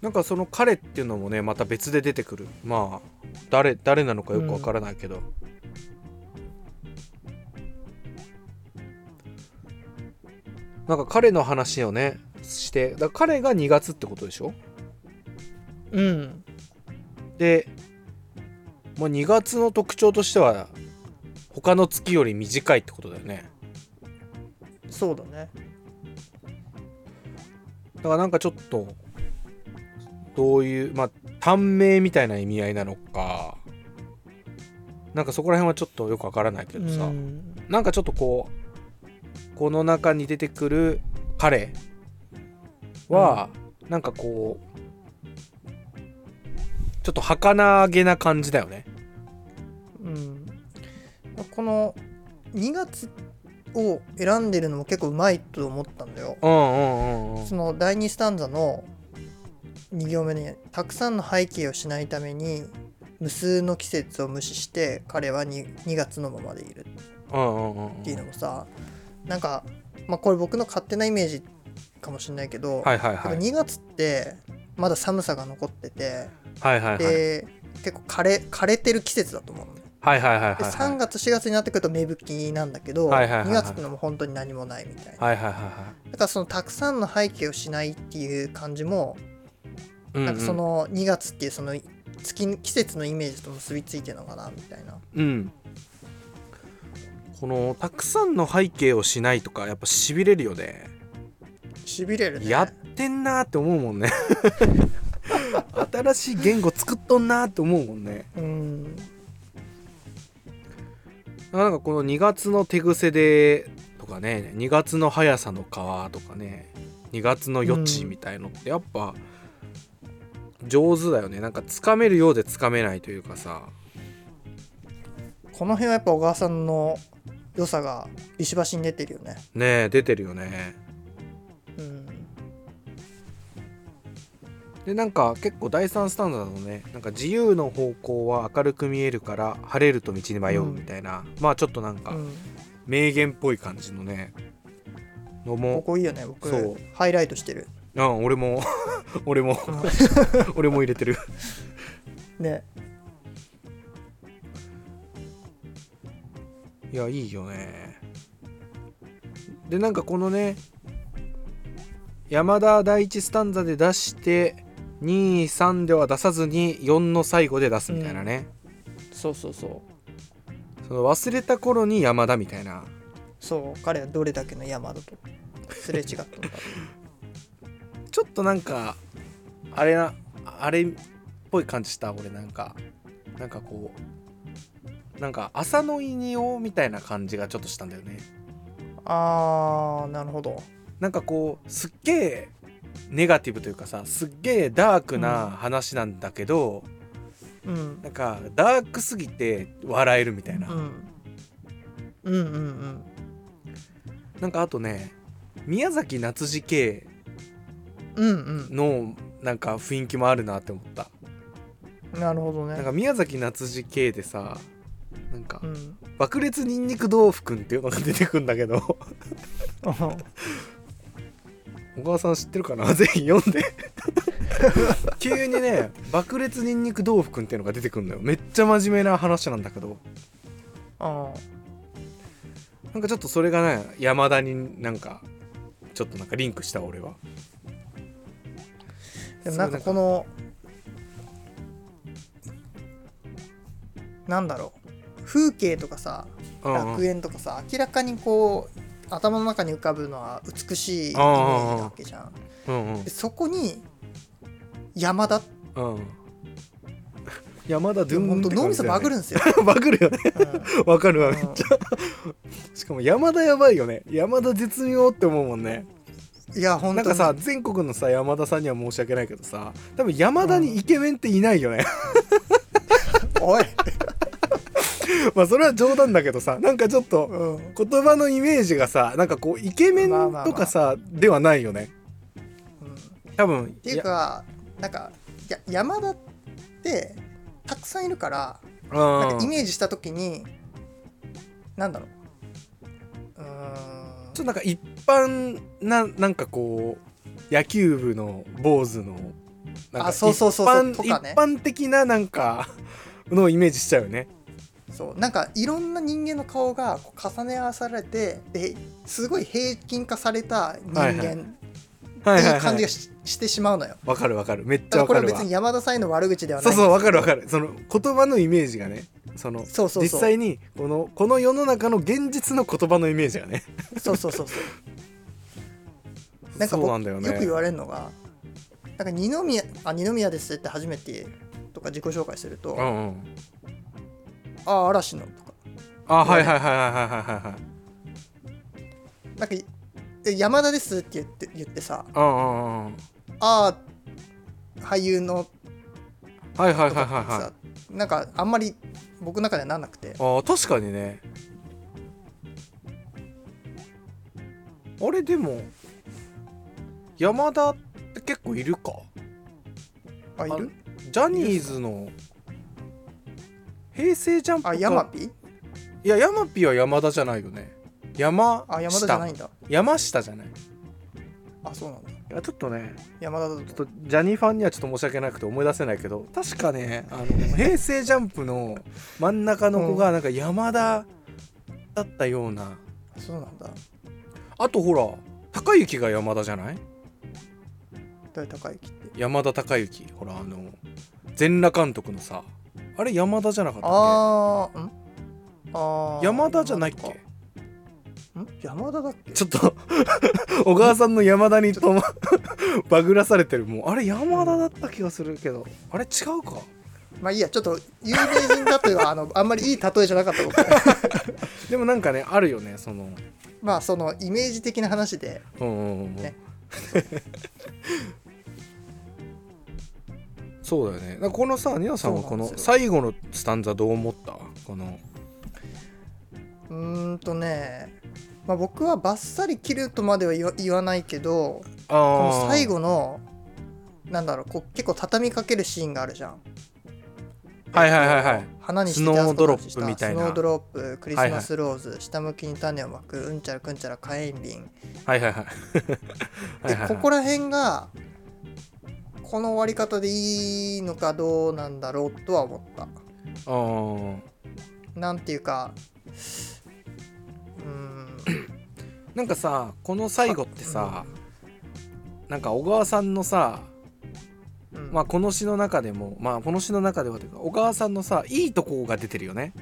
B: なんかその彼っていうのもねまた別で出てくるまあ誰誰なのかよくわからないけど、なんか彼の話をねしてだから彼が2月ってことでしょ
A: うん。
B: で、まあ、2月の特徴としては他の月より短いってことだよね
A: そうだね。
B: だからなんかちょっとどういうまあ短命みたいな意味合いなのかなんかそこら辺はちょっとよくわからないけどさ、
A: うん
B: なんかちょっとこうこの中に出てくる彼は、なんかこうちょっと儚げな感じだよね。
A: うん。この2月を選んでるのも結構うまいと思ったんだよ。
B: うんうんうんうん。
A: その第2スタンザの2行目に「たくさんの背景をしないために無数の季節を無視して彼は 2, 2月のままでいる」
B: うんうんうんうん
A: っていうのもさなんか、まあ、これ僕の勝手なイメージかもしれないけど、
B: はいはいはい。
A: 2月ってまだ寒さが残ってて。
B: はいはいはい。
A: で、結構枯れ枯れてる季節だと思うのね
B: はいはいはいはい
A: で
B: はい。
A: 3月4月になってくると芽吹きなんだけど、
B: はいはいはいはい
A: 2月ってのも本当に何もないみたいな、
B: はいはいはいは
A: だからそのたくさんの背景をしないっていう感じも、
B: い。
A: なんかその2月っていうその月季節のイメージと結びついてるのかなみたいな
B: うんこのたくさんの背景をしないとかやっぱしびれるよね
A: しびれるね
B: やってんなーって思う もんね新しい言語作っとんなーって思うもんね
A: うん
B: なんかこの2月の手癖でとかね2月の速さの川とかね2月の余地みたいのってやっぱ上手だよねなんかつかめるようでつかめないというかさ
A: この辺はやっぱ小川さんの良さが石橋に出てるよね
B: ねえ出てるよね
A: うん
B: でなんか結構第3スタンダードのねなんか自由の方向は明るく見えるから晴れると道に迷うみたいな、まあちょっとなん
A: う
B: か
A: ん
B: 名言っぽい感じのねの
A: こ
B: も、
A: こいいよね僕
B: そう
A: ハイライトしてる
B: うん、俺も俺も 俺も入れてる
A: ね
B: いやいいよねでなんかこのね山田第一スタンザで出して23では出さずに4の最後で出すみたいなね、
A: そうそうそう
B: その忘れた頃に山田みたいな
A: そう彼はどれだけの山だとすれ違ったのか
B: ちょっとなんかあれなあれっぽい感じした俺なんかなんかこうなんか朝のいにおみたいな感じがちょっとしたんだよね
A: あーなるほど
B: なんかこうすっげえネガティブというかさすっげえダークな話なんだけど、
A: うん
B: なんかダークすぎて笑えるみたいな、
A: うんうんうんうん
B: なんかあとね宮崎夏次系
A: うん
B: のなんか雰囲気もあるなって思った
A: うんなるほどね
B: なんか宮崎夏次系でさなんか
A: うん、
B: 爆裂にんにく豆腐くんっていうのが出てくんだけ ど小川さん知ってるかな ぜひ読んで急にね爆裂にんにく豆腐くんっていうのが出てくんのよめっちゃ真面目な話なんだけど
A: あ
B: なんかちょっとそれがね山田になんかちょっとなんかリンクした俺は
A: ーでもなんかこのなんだろう風景とかさ
B: うんうん
A: 楽園とかさ明らかにこう頭の中に浮かぶのは美しいイメ
B: ああ
A: ージなわけじゃん
B: うんうん
A: でそこに山田って
B: うん。山田ドゥン
A: 本当脳みそバグる
B: ん
A: んですよ、
B: バグるよね。
A: うんうん
B: わかる わ。しかも山田やばいよね。山田絶妙って思うもんね。
A: いや本当
B: なん
A: に
B: かさ、全国のさ、山田さんには申し訳ないけどさ、多分山田にイケメンっていないよね。
A: おい、
B: まあそれは冗談だけどさ、なんかちょっと
A: うん、
B: 言葉のイメージがさ、なんかこうイケメン
A: まあまあまあ
B: とかさ、ではないよね。多分。っ
A: っていう、かなんかや山田ってたくさんいるから
B: うん
A: なんかイメージした時になんだろううーん
B: ちょっとなんか一般ななんかこう野球部の坊主のなんか
A: あそうそうそうそう
B: 一般
A: とかね
B: 一般的ななんかのをイメージしちゃうよね。
A: そうなんかいろんな人間の顔がこう重ね合わされてですごい平均化された人間
B: は
A: っ
B: いはい
A: て
B: はい
A: い
B: は
A: う
B: いは
A: 感じが
B: い。
A: し,、してしまうのよ
B: わかるわかる。めっち
A: だから
B: ゃわ
A: こ
B: か
A: れは
B: るわ
A: 別。に山田さんへの悪口ではな
B: そ
A: いう
B: そうわかるわかる。その言葉のイメージがね。その
A: そうそうそう
B: 実際にこのこの世の中の現実の言葉のイメージがね。
A: そうそうそうそう なんか
B: そう
A: 僕
B: な
A: よ
B: んだよね。
A: く言われるのが「なんか二宮あ二宮です」って初めてとか自己紹介すると「
B: うんうん。
A: ああ嵐の」とか
B: あはいはいはいはいはいはいはい。
A: なんか「え山田です」って言って言ってさ
B: うんうんうんうん。
A: 「ああ俳優の
B: はいはいはい」
A: とか
B: は
A: っ
B: い
A: てさ、
B: はい。
A: なんかあんまり僕の中ではなんなくて
B: あー確かにねあれでも山田って結構いるか
A: 「あいる
B: ジャニーズの平成ジャンプ
A: あ
B: か
A: 山ピ
B: いや山ピは山田じゃないよね山
A: あ山田じゃない
B: 下
A: んだ
B: 山下じゃないい
A: あそうなんだ
B: やちょっとね
A: 山田だ
B: ち
A: と
B: ょっとジャニーファンにはちょっと申し訳なくて思い出せないけど確かねあの平成ジャンプの真ん中の子がなんか山田だったような、
A: そうなんだ
B: あとほら高之が山田じゃない
A: 誰高い木って
B: 山田孝之ほらあの全裸監督のさあれ山田じゃなかったっ
A: あーんあー
B: け山田じゃないっけ
A: ん山田だっけ
B: ちょっと 小川さんの山田にとま バグらされてるもうあれ山田だった気がするけどあれ違うか
A: まあいいやちょっと有名人だというの はあのあんまりいい例えじゃなかった僕
B: でもなんかねあるよねその
A: まあそのイメージ的な話で
B: うんうんうんうん
A: ね
B: そうだよねだからこのさニナさんはこの
A: そうなんですよ
B: 最後のスタンザどう思ったこの
A: うーんとね、まあ、僕はバッサリ切るとまでは言わ言わないけどこ
B: あー
A: の最後のなんだろうこう結構畳みかけるシーンがあるじゃん
B: はいはいはいはい
A: 花にして
B: スノー
A: ダンスとかした
B: ドロップみたいな
A: スノードロップクリスマスローズ、下向きに種をまくうんちゃらくんちゃら火炎瓶
B: はいはいはいは
A: で
B: いはいはい
A: ここら辺がこの終わり方でいいのかどうなんだろうとは思った
B: あー
A: なんていうかうーん
B: なんかさこの最後ってさ、なんか小川さんのさ、
A: うん
B: まあ、この詩の中でもまあこの詩の中ではというか小川さんのさいいとこが出てるよね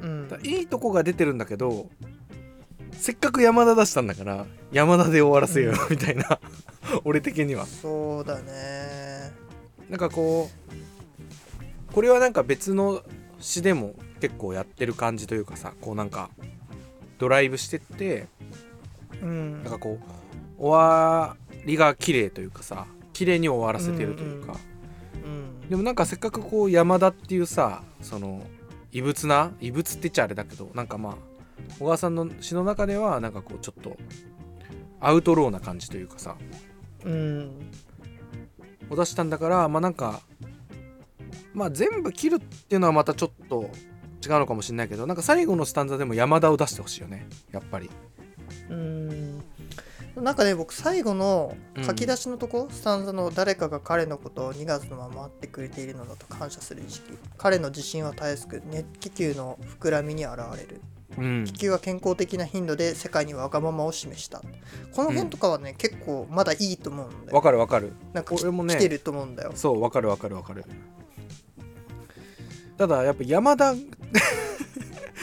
A: うん
B: だいいとこが出てるんだけどせっかく山田出したんだから山田で終わらせようよみたいな 俺的には
A: そうだね
B: なんかこうこれはなんか別の詩でも結構やってる感じというかさこうなんかドライブしてって
A: うん
B: なんかこう終わりが綺麗というかさ綺麗に終わらせてるというか、
A: うん
B: でもなんかせっかくこう山田っていうさその異物な異物って言っちゃあれだけどなんかまあ小川さんの詩の中ではなんかこうちょっとアウトローな感じというかさ
A: うん
B: を出したんだからまあなんかまあ全部切るっていうのはまたちょっと違うのかもしれないけどなんか最後のスタンザでも山田を出してほしいよねやっぱり
A: うんなんかね僕最後の書き出しのとこ、スタンザの誰かが彼のことを逃がずのまま待ってくれているのだと感謝する意識彼の自信はたやすく熱気球の膨らみに現れる
B: うん
A: 気球は健康的な頻度で世界にわがままを示したこの辺とかはね、結構まだいいと思うんだ
B: わ
A: よ
B: かるわかる
A: なんかき
B: 俺もね
A: 来てると思うんだよ
B: そうわかるわかるわかるただやっぱ山田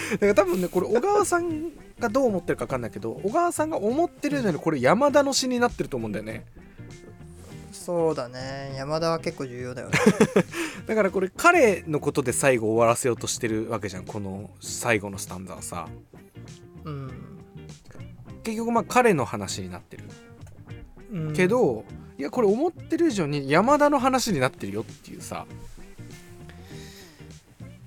B: だから多分ねこれ小川さんがどう思ってるか分かんないけど小川さんが思ってるよりこれ山田の詩になってると思うんだよね
A: そうだね山田は結構重要だよね
B: だからこれ彼のことで最後終わらせようとしてるわけじゃんこの最後のスタンザはさ
A: うん
B: 結局まあ彼の話になってる
A: うん
B: けど、いやこれ思ってる以上に山田の話になってるよっていうさ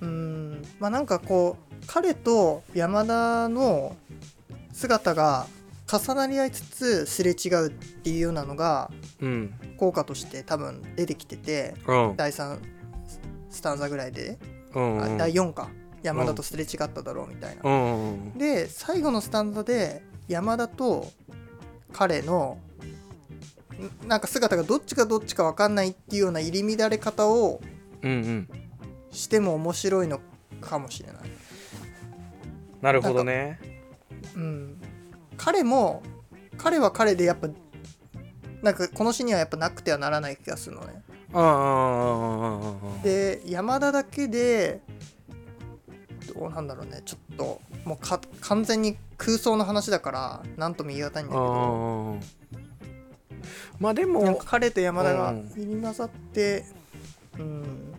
A: うんまあなんかこう彼と山田の姿が重なり合いつつすれ違うっていうようなのが
B: うん
A: 効果として多分出てきてて
B: うん
A: 第3スタンザぐらいで、
B: うんう
A: あ
B: ん
A: 第4か山田とすれ違っただろうみたいな、
B: うんうん
A: で最後のスタンドで山田と彼のんなんか姿がどっちかどっちか分かんないっていうような入り乱れ方を
B: うんうん
A: しても面白いのかもしれない、
B: なるほどね
A: うん、彼も彼は彼でやっぱなんかこの詩にはやっぱなくてはならない気がするのね
B: ああああ
A: で山田だけでどうなんだろうねちょっともうか完全に空想の話だから何とも言い難いんだけど
B: あまあで
A: なんか
B: も
A: 彼と山田が
B: うん
A: 入り混ざって、うん、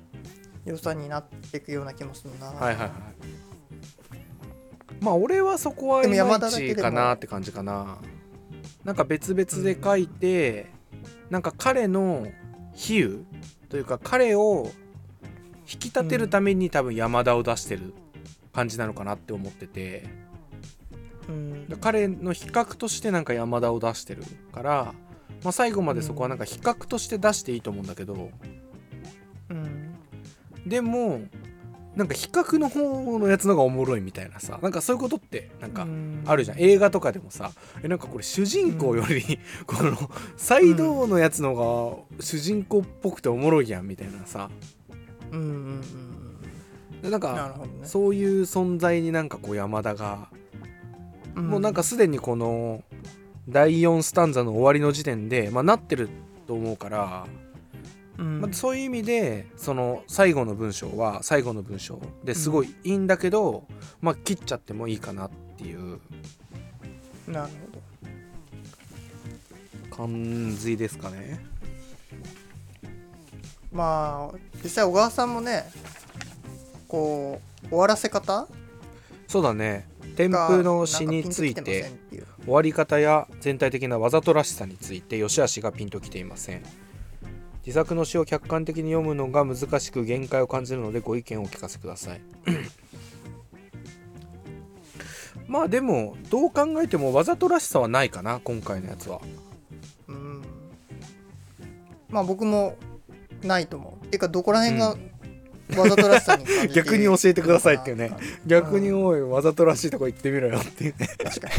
A: 良さになっていくような気もするな。
B: はいはいはいまあ俺はそこは
A: で
B: い
A: も
B: ま
A: 山田
B: い
A: だけで
B: ち
A: も
B: かなって感じかななんか別々で書いて、なんか彼の比喩というか彼を引き立てるために多分山田を出してる感じなのかなって思ってて、
A: うん
B: で彼の比較としてなんか山田を出してるから、まあ、最後までそこはなんか比較として出していいと思うんだけど、
A: うん
B: でもなんか比較の方のやつのがおもろいみたいなさなんかそういうことってなんかあるじゃん、映画とかでもさえなんかこれ主人公より、このサイドのやつの方が主人公っぽくておもろいやんみたいなさ
A: うんうんうん
B: でなん
A: うん、なる
B: か
A: ほどね。
B: そういう存在になんかこう山田が、もうなんかすでにこの第4スタンザの終わりの時点で、まあ、なってると思うから
A: うん、
B: まあ、そういう意味でその最後の文章は最後の文章ですごいいいんだけど、まあ切っちゃってもいいかなっていう
A: なる
B: 感じですかね。
A: ほど。まあ実際小川さんもね、こう終わらせ方
B: そうだね天
A: が
B: 風の詩につい
A: なんかピンときません
B: て
A: っていう
B: 終わり方や全体的なわざとらしさについて良し悪しがピンときていません自作の詩を客観的に読むのが難しく限界を感じるのでご意見をお聞かせくださいまあでもどう考えてもわざとらしさはないかな今回のやつは
A: うん、まあ僕もないと思う。ていうかどこら辺がわざとらしさに感じて
B: 逆に教えてくださいっていうね逆に
A: う
B: おいわざとらしいとこ行ってみろよっていうね
A: 確かに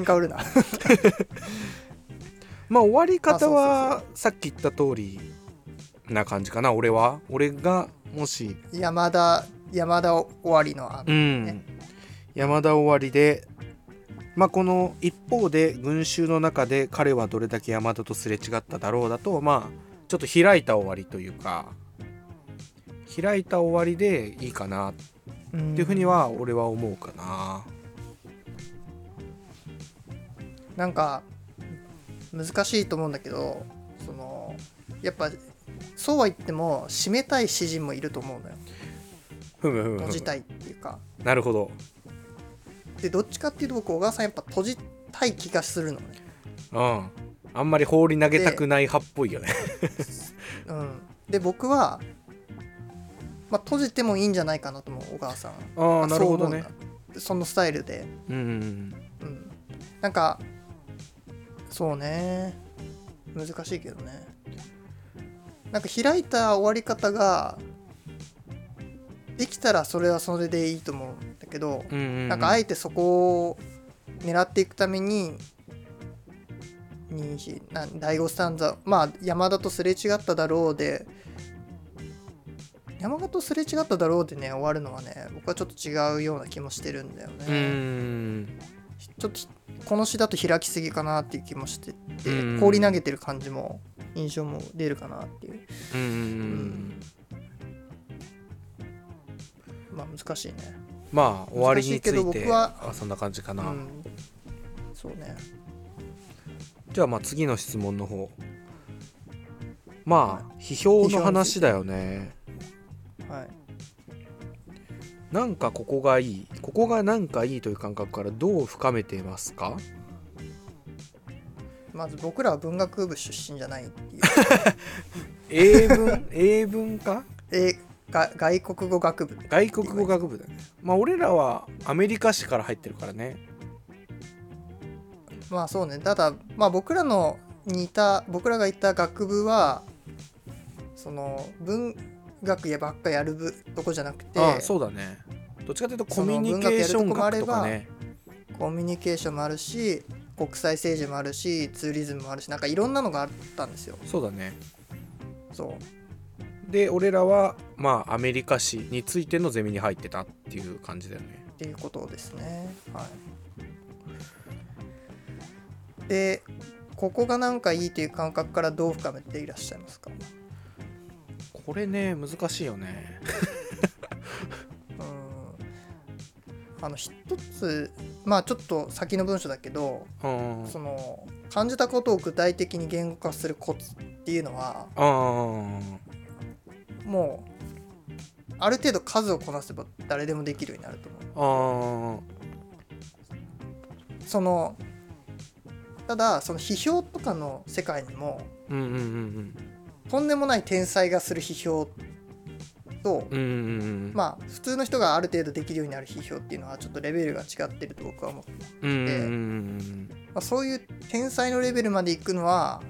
A: 喧嘩売るな
B: まあ終わり方
A: あそう
B: はさっき言った通りな感じかな俺は俺がもし
A: 山田山田終わりのあ
B: う
A: の
B: ん山田終わりでまあこの一方で群衆の中で彼はどれだけ山田とすれ違っただろうだとまあちょっと開いた終わりというか開いた終わりでいいかなって
A: うん
B: いうふうには俺は思うかな、
A: なんか難しいと思うんだけどそのやっぱそうは言っても締めたい詩人もいると思うのよ
B: ふむふむふ
A: 閉
B: む
A: じたいっていうか
B: なるほど
A: でどっちかっていうと僕小川さんやっぱ閉じたい気がするのね
B: うんあんまり放り投げたくない派っぽいよね
A: うんで僕は、まあ、閉じてもいいんじゃないかなと思う小川さん
B: あ
A: ま
B: あ
A: あ
B: なるほど
A: そう思う
B: ね
A: んだそのスタイルで
B: うんうん
A: うんなんかそうね難しいけどねなんか開いた終わり方ができたらそれはそれでいいと思うんだけど、
B: うんうんうん
A: なんかあえてそこを狙っていくためににしな第5スタンザまあ山田とすれ違っただろうで山田とすれ違っただろうでね終わるのはね僕はちょっと違うような気もしてるんだよね、
B: うんうん
A: ちょっとこの詩だと開きすぎかなっていう気もしてて、
B: うん
A: 氷投げてる感じも印象も出るかなっていう
B: うんうん
A: まあ難しいね
B: まあ終わりにつ
A: 難し
B: い
A: いけど
B: て
A: 僕は
B: あそんな感じか
A: う
B: な、
A: んそうね
B: じゃあまあ次の質問の方まあ批評の話だよね
A: はい
B: なんかここがいいここがなんかいいという感覚からどう深めていますか
A: まず僕らは文学部出身じゃないってい う
B: 英文 英文か
A: えが外国語学部
B: 外国語学部だねまあ俺らはアメリカ史から入ってるからね
A: まあそうねただまあ僕らのにいた僕らがいた学部はその文学やばっかやる部とこじゃなくて
B: ああそうだねどっちかというとコミュニケーション学とかね
A: コミュニケーションもあるし国際政治もあるしツーリズムもあるしなんかいろんなのがあったんですよ
B: そうだね
A: そう
B: で俺らはまあアメリカ史についてのゼミに入ってたっていう感じだよね
A: っていうことですねはいでここがなんかいいという感覚からどう深めていらっしゃいますか
B: これね難しいよね
A: うんあの一つまあちょっと先の文章だけど、
B: うん
A: その感じたことを具体的に言語化するコツっていうのは
B: あ
A: もうある程度数をこなせば誰でもできるようになると思う
B: ああ
A: そのただその批評とかの世界にも
B: うんうんうん
A: とんでもない天才がする批評と、
B: うんうんうん
A: まあ普通の人がある程度できるようになる批評っていうのはちょっとレベルが違ってると僕は思って
B: うんうんうん
A: まあ、そういう天才のレベルまで行くのは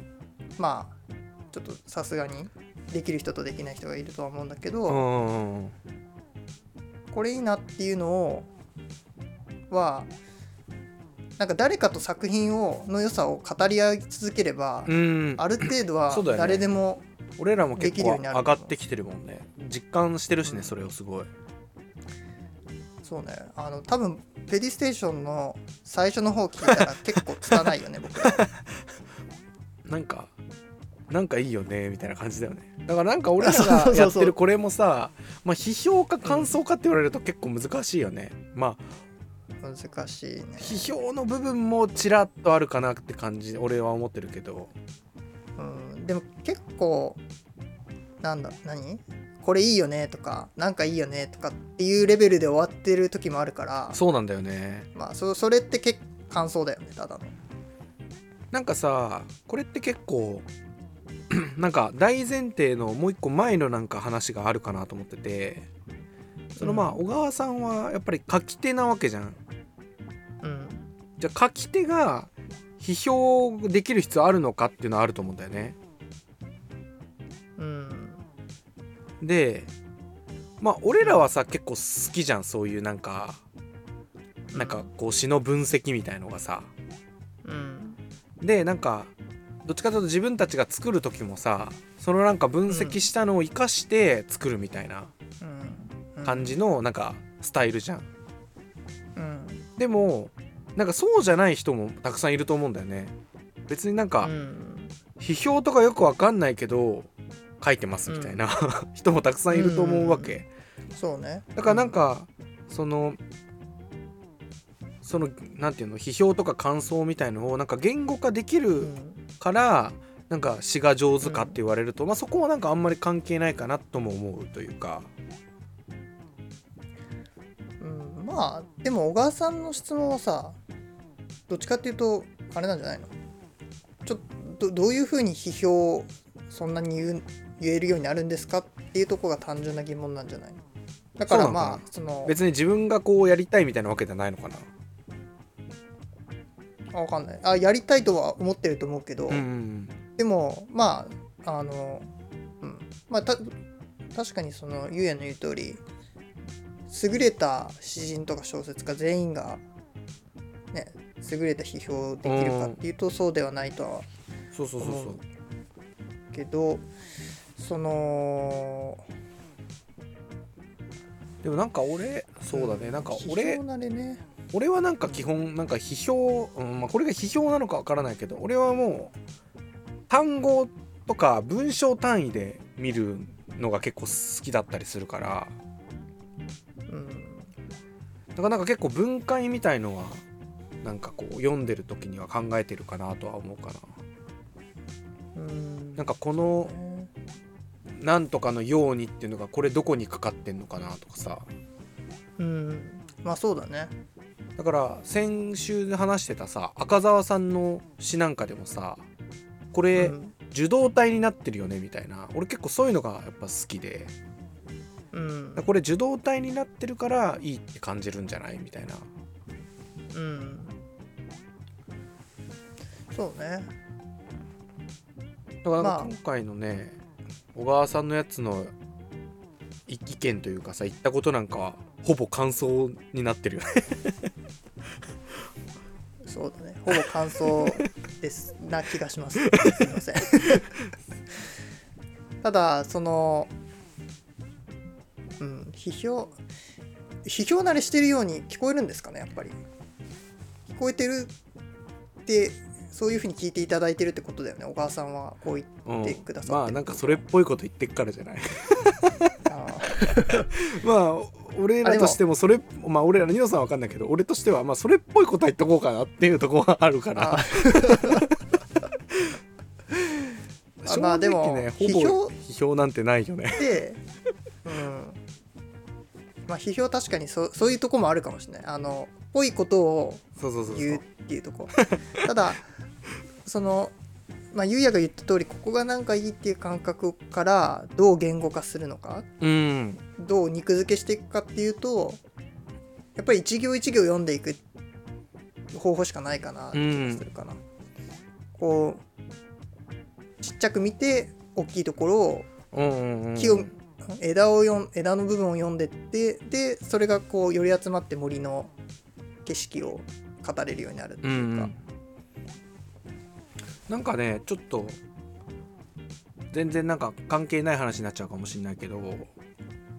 A: まあちょっとさすがにできる人とできない人がいるとは思うんだけ
B: う
A: ど、
B: んうん
A: これいいなっていうのをはなんか誰かと作品をの良さを語り合い続ければ、
B: うん
A: ある程度は
B: そうだよね
A: 誰でも
B: 俺らも
A: でき
B: 結
A: るよう
B: 構
A: になる
B: 上がってきてるもんね実感してるし
A: う
B: ね
A: ん
B: それをすごい
A: そうねあの多分ペディステーションの最初の方聞いたら結構拙いよね僕ら
B: なんかなんかいいよねみたいな感じだよねだからなんか俺ら
A: そうそうそ
B: が
A: う
B: やってるこれもさまあ批評か感想かって言われると結構難しいよねまあ
A: 難しいね
B: 批評の部分もちらっとあるかなって感じ俺は思ってるけど
A: うんでも結構なんだ何これいいよねとかなんかいいよねとかっていうレベルで終わってる時もあるから
B: そうなんだよね
A: まあそそれって結感想だよねただの
B: なんかさこれって結構 なんか大前提のもう一個前のなんか話があるかなと思っててそのまあ
A: うん
B: 小川さんはやっぱり書き手なわけじゃん
A: うん
B: じゃあ書き手が批評できる必要あるのかっていうのはあると思うんだよね
A: うん
B: でまあ俺らはさ結構好きじゃんそういうなんかなんかこう詩の分析みたいのがさ
A: うん
B: でなんかどっちかというと自分たちが作る時もさそのなんか分析したのを生かして作るみたいな
A: うん
B: 感じのなんかスタイルじゃん
A: うん
B: でもなんかそうじゃない人もたくさんいると思うんだよね別になん
A: う
B: か
A: ん
B: 批評とかよくわかんないけど書いてますみたいな、 人もたくさんいると思うわけ
A: そうね
B: だからなんかそのそのなんていうの批評とか感想みたいのをなんか言語化でき
A: う
B: る
A: ん
B: からなんか詩が上手かって言われると、まあ、そこはなんかあんまり関係ないかなとも思うというか
A: うんまあでも小川さんの質問はさどっちかっていうとあれなんじゃないのちょっとどどういうふうに批評をそんなに言う言えるようになるんですかっていうところが単純な疑問なんじゃないのだか
B: そ
A: ら
B: うなのか
A: ま
B: な
A: あその
B: 別に自分がこうやりたいみたいなわけじゃないのかな
A: あわかんないあやりたいとは思ってると思うけど、
B: うんうん
A: でもまああの、うん、まあた確かにそのゆうやの言う通り優れた詩人とか小説家全員がね優れた批評できるかっていうとそうではないとは
B: うんそうそうそう
A: 思
B: そう
A: うけどその
B: でもなんか俺そうだね、なんか俺
A: 批評なれね
B: 俺はなんか基本なんか批評、うんまあ、これが批評なのかわからないけど俺はもう単語とか文章単位で見るのが結構好きだったりするから
A: うん
B: だからなんか結構文解みたいのはなんかこう読んでる時には考えてるかなとは思うかな
A: うん
B: なんかこの
A: ね
B: 「なんとかのように」っていうのがこれどこにかかってんのかなとかさ
A: うんまあそうだね
B: だから先週で話してたさ赤澤さんの詩なんかでもさこれ、
A: うん
B: 受動体になってるよねみたいな俺結構そういうのがやっぱ好きで
A: うん
B: これ受動体になってるからいいって感じるんじゃないみたいな
A: うんそうね
B: だからなん
A: まあ
B: か今回のね、小川さんのやつのい意見というかさ言ったことなんかはほぼ感想になってるよ ね
A: そうだね。ほぼ感想です。な気がします。すみません。 ただ、その、うん、批評、批評慣れしてるように聞こえるんですかね、やっぱり。聞こえてるって、そういうふうに聞いていただいてるってことだよね、小川さんは。こう言
B: うん
A: ってくださってるってこと
B: まあなんかそれっぽいこと言ってっからじ ゃない
A: あ
B: まあ俺らとしてもそれまあ俺らのニノさんは分かんないけど俺としてはまあそれっぽいことは言っとこうかなっていうところがあるか
A: ーあ
B: ら
A: あまあでも
B: 正直ねほぼ
A: 批
B: 批評なんてないよね
A: ーで、うん。まあ、批評確かにそそういうとこもあるかもしれない。あの、ぽいことを
B: そうそうそうそう
A: 言うっていうとこただそのまあゆうやが言った通りここがなんかいいっていう感覚からどう言語化するのか
B: うん
A: どう肉付けしていくかっていうとやっぱり一行一行読んでいく方法しかないかなって気がするかな、こうちっちゃく見て大きいところを
B: うんうんうん
A: 木を、枝を読ん枝の部分を読んでってでそれがこうより集まって森の景色を語れるようになるって
B: うんう
A: いうか、
B: んなんかねちょっと全然なんか関係ない話になっちゃうかもしれないけど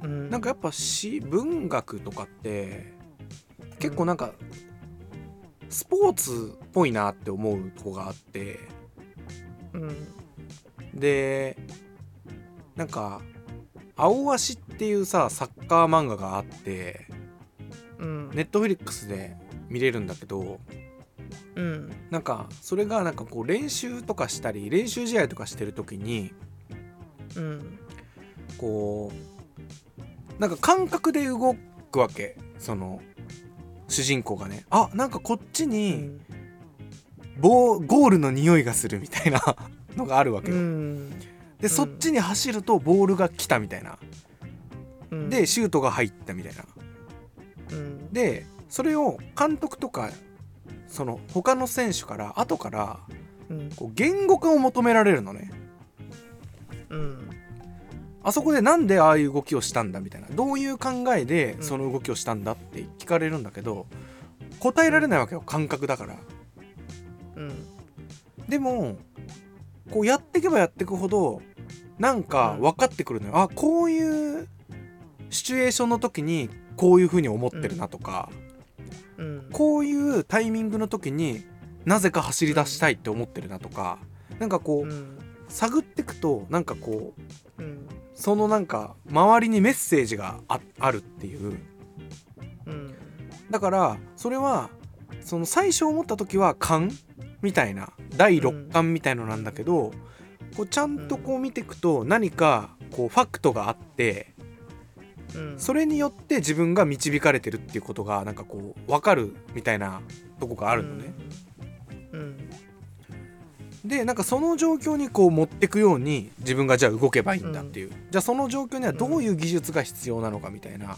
A: うん
B: なんかやっぱ詩文学とかって結構なんかスポーツっぽいなって思うとこがあって
A: うん
B: でなんか「青足」っていうさサッカー漫画があって
A: うん
B: ネットフリックスで見れるんだけど
A: うん
B: なんかそれがなんかこう練習とかしたり練習試合とかしてる時に
A: うん
B: こうなんか感覚で動くわけその主人公がねあなんかこっち
A: う
B: に
A: ん
B: 棒ゴールの匂いがするみたいな のがあるわけ
A: う
B: よ、
A: ん
B: でそっちに走るとボールが来たみたいな
A: うん
B: でシュートが入ったみたいな
A: うん
B: でそれを監督とかその他の選手から後から
A: うん
B: こう言語化を求められるのね
A: うん
B: あそこでなんでああいう動きをしたんだみたいなどういう考えで
A: うん
B: その動きをしたんだって聞かれるんだけど答えられないわけよ感覚だから
A: うん
B: でもこうやっていけばやっていくほどなんか分かってくるのよ、あこういうシチュエーションの時にこういうふうに思ってるなとか、
A: うん
B: こういうタイミングの時になぜか走り出したいって思ってるなとかなんか
A: う
B: こうん探っていくとなんかこう
A: うん
B: そのなんか周りにメッセージがああるっていう
A: うん
B: だからそれはその最初思った時は勘みたいな第六感みたいのなんだけど、こうちゃんとこう見ていくと何かこうファクトがあって
A: うん
B: それによって自分が導かれてるっていうことがなんかこう分かるみたいなとこがあるのね。
A: うん
B: でなんかその状況にこう持ってくように自分がじゃあ動けばいいんだっていう、じゃあその状況にはどういう技術が必要なのかみたいな、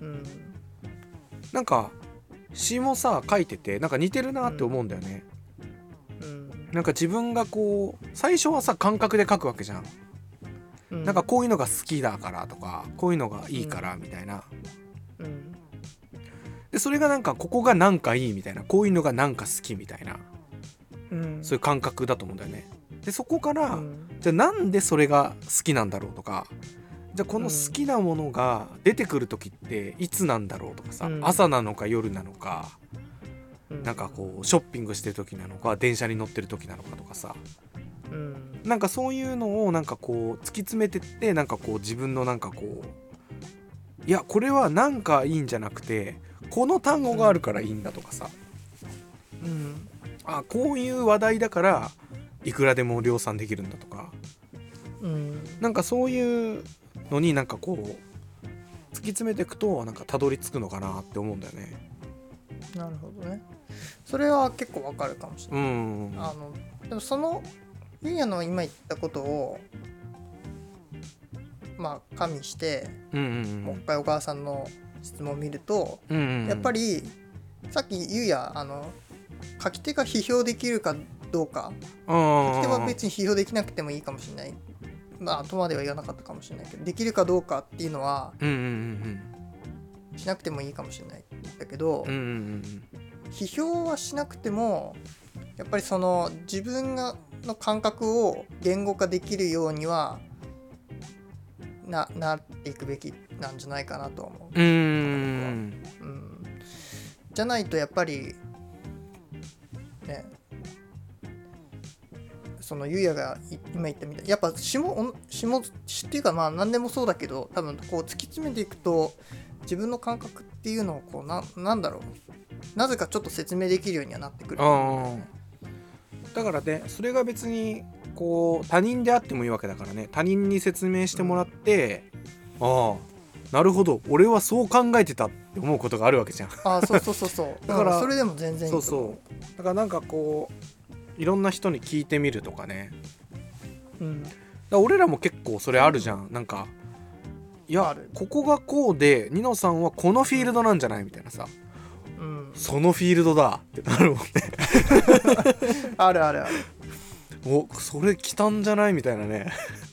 A: うん
B: なんか詩もさ書いててなんか似てるなって思うんだよね、
A: うん
B: なんか自分がこう最初はさ感覚で書くわけじゃん、
A: うん
B: なんかこういうのが好きだからとかこういうのがいいからみたいな
A: うん
B: でそれがなんかここがなんかいいみたいなこういうのがなんか好きみたいな
A: うん
B: そういう感覚だと思うんだよねでそこから、
A: うん
B: じゃあなんでそれが好きなんだろうとかじゃあこの好きなものが出てくる時っていつなんだろうとかさ、
A: うん
B: 朝なのか夜なのか
A: うん
B: なんかこうショッピングしてる時なのか電車に乗ってる時なのかとかさ
A: うん
B: なんかそういうのをなんかこう突き詰めてってなんかこう自分のなんかこういやこれはなんかいいんじゃなくてこの単語があるからいいんだとかさ、
A: うん
B: あこういう話題だからいくらでも量産できるんだとか
A: うん
B: なんかそういうのになんかこう突き詰めていくとなんかたどり着くのかなって思うんだよね。
A: なるほどねそれは結構わかるかもしれない
B: うん、
A: あのでもそのゆうやの今言ったことをまあ加味して、
B: うんうん
A: もう一回お母さんの質問を見ると、
B: うんうんうん
A: やっぱりさっきゆうやあの書き手が批評できるかどうか書き手は別に批評できなくてもいいかもしれないまあとまでは言わなかったかもしれないけどできるかどうかっていうのは
B: うんうん
A: しなくてもいいかもしれないんだけど、
B: うんうんうんうん
A: 批評はしなくてもやっぱりその自分がの感覚を言語化できるようにはななっていくべきなんじゃないかなとは思
B: うんうん
A: う。うん、じゃないとやっぱりねそのゆうやがい今言ったみたいやっぱ下おん下詩っていうかまあ何でもそうだけど多分こう突き詰めていくと自分の感覚っていうのをこうななんだろうなぜかちょっと説明できるようにはなってくる。
B: あーだからねそれが別にこう他人であってもいいわけだからね他人に説明してもらって、ああなるほど俺はそう考えてたって思うことがあるわけじゃん。
A: あそうそうそうそうだ
B: だか
A: かららそれでも全然いい
B: そう
A: と思
B: そうだからなんかこういろんな人に聞いてみるとかね
A: う、うん、
B: だから俺らも結構それあるじゃんなんかい
A: あ
B: や
A: る
B: ここがこうでニノさんはこのフィールドなんじゃないみたいなさ
A: うん、
B: そのフィールドだってなるもんね
A: あるあるある
B: おそれ来たんじゃないみたいなね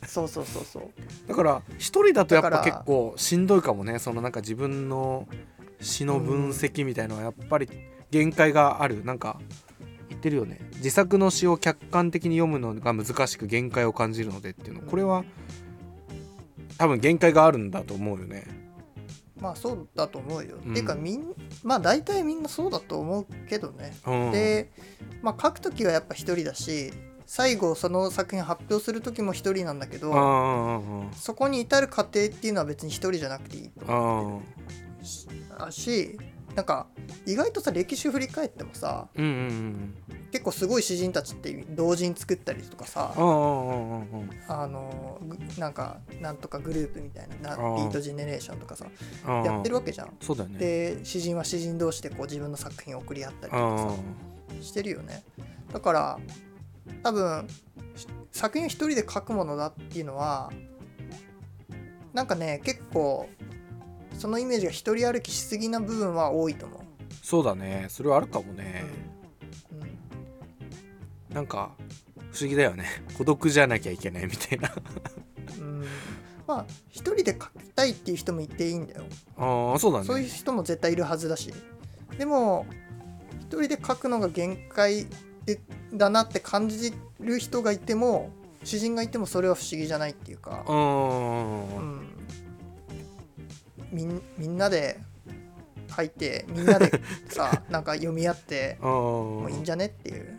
A: そうそうそうそう
B: だから一人だとやっ
A: だ
B: ぱ
A: から
B: 結構しんどいかもねそのなんか自分の詩の分析みたいのはやっぱり限界があるなんか言ってるよね自作の詩を客観的に読むのが難しく限界を感じるのでっていうのこれは多分限界があるんだと思うよね
A: まあそうだと思うよ、
B: うん
A: っていうかみんまあ大体みんなそうだと思うけどね、
B: うん
A: で、まあ、書く時はやっぱ一人だし最後その作品発表する時も一人なんだけ
B: う
A: ど、
B: んうんうん
A: そこに至る過程っていうのは別に一人じゃなくていい
B: うんうん
A: しあしなんか意外とさ歴史振り返ってもさ
B: うんうん
A: 結構すごい詩人たちって同時に作ったりとかさ、
B: うんうんうんうんうん
A: あのぐなんかなんとかグループみたいなな
B: あ
A: ビ
B: ー
A: ートジェネレーションとかさ
B: うん
A: やってるわけじゃん。
B: そうだよね
A: で詩人は詩人同士でこう自分の作品を送り合ったりと
B: うんう
A: か
B: ん
A: さしてるよね。だから多分し作品を一人で書くものだっていうのはなんかね結構そのイメージが一人歩きしすぎな部分は多いと思う。
B: そうだねそれはあるかもね、
A: うんうん
B: なんか不思議だよね 孤独じゃなきゃいけないみた いな
A: うんまあ一人で書きたいっていう人もいていいんだよ。
B: ああそうだね
A: そういう人も絶対いるはずだしでも一人で書くのが限界でだなって感じる人がいても詩人がいてもそれは不思議じゃないっていうか、
B: うー
A: うんん、みんみんなで書いてみんなでさなんか読み合って
B: あー
A: もういいんじゃねっていう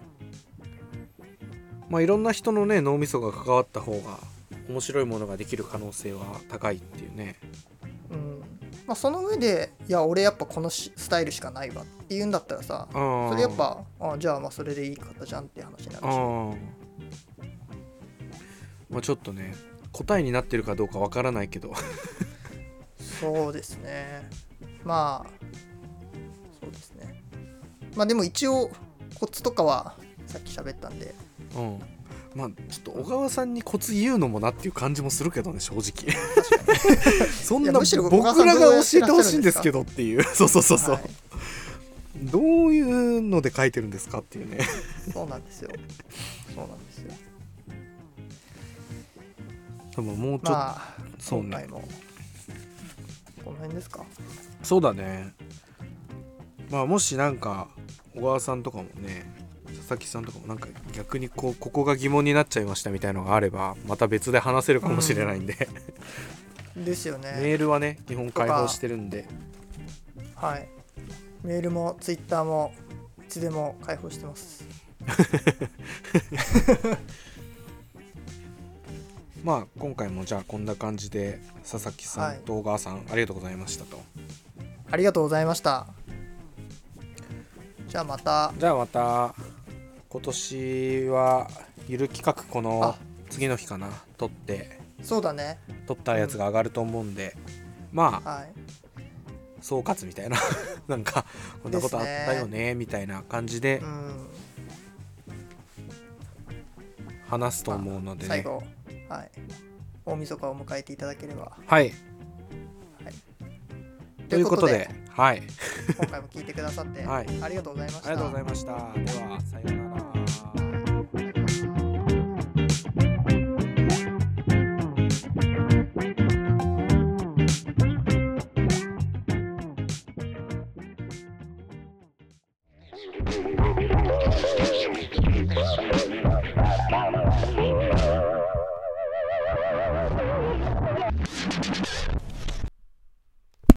B: まあいろんな人のね脳みそが関わった方が面白いものができる可能性は高いっていうね
A: うんまあ、その上でいや俺やっぱこのしスタイルしかないわっていうんだったらさ
B: そ
A: それやっぱあじゃあまあそれでいい方じゃんって話になるし
B: あまあちょっとね答えになってるかどうかわからないけど
A: そうですね。まあ、そうですね。まあでも一応、コツとかはさっき喋ったんで、
B: うんまあちょっと小川さんにコツ言うのもなっていう感じもするけどね正直 そん
A: い
B: な
A: やむしろ
B: 僕
A: 小川さん
B: ら
A: どうや
B: が
A: って
B: 教え
A: らってしゃるん
B: ほ
A: ですか
B: しいんですけどっていう そうそうそうそう、
A: はい
B: どういうので書いてるんですかっていう ね
A: そうなんですよそうなんですよ
B: 多分もうちょっと、
A: まあ
B: そうね
A: 今回もこの辺ですか
B: そうだねまあもしなんか小川さんとかもね佐々木さんとかもなんか逆にこうここが疑問になっちゃいましたみたいのがあればまた別で話せるかもしれないんで、
A: ですよね
B: メールはね基本開放してるんで
A: はいメールもツイッターもいつでも開放してます
B: まあ今回もじゃあこんな感じで佐々木さ
A: は
B: ん
A: い
B: と小川さん、ありがとうございましたと
A: ありがとうございましたじゃあまた
B: じゃあまた今年はゆる企画この
A: あ
B: 次の日かな撮って
A: そうだね
B: 撮ったやつが上がると思うんで、まあ
A: はい
B: 総括みたいな なんかこんなことあったよ
A: です
B: ねみたいな感じで
A: うん
B: 話すと思うので
A: 最
B: ね、
A: 後はい大晦日を迎えていただければ
B: はいと
A: と
B: い
A: いううこ
B: こ
A: とと
B: で
A: で
B: はい
A: 今回も聞いてくださって、
B: はい
A: ありがとうございまし
B: あ
A: た
B: りがとうございましたではさようなら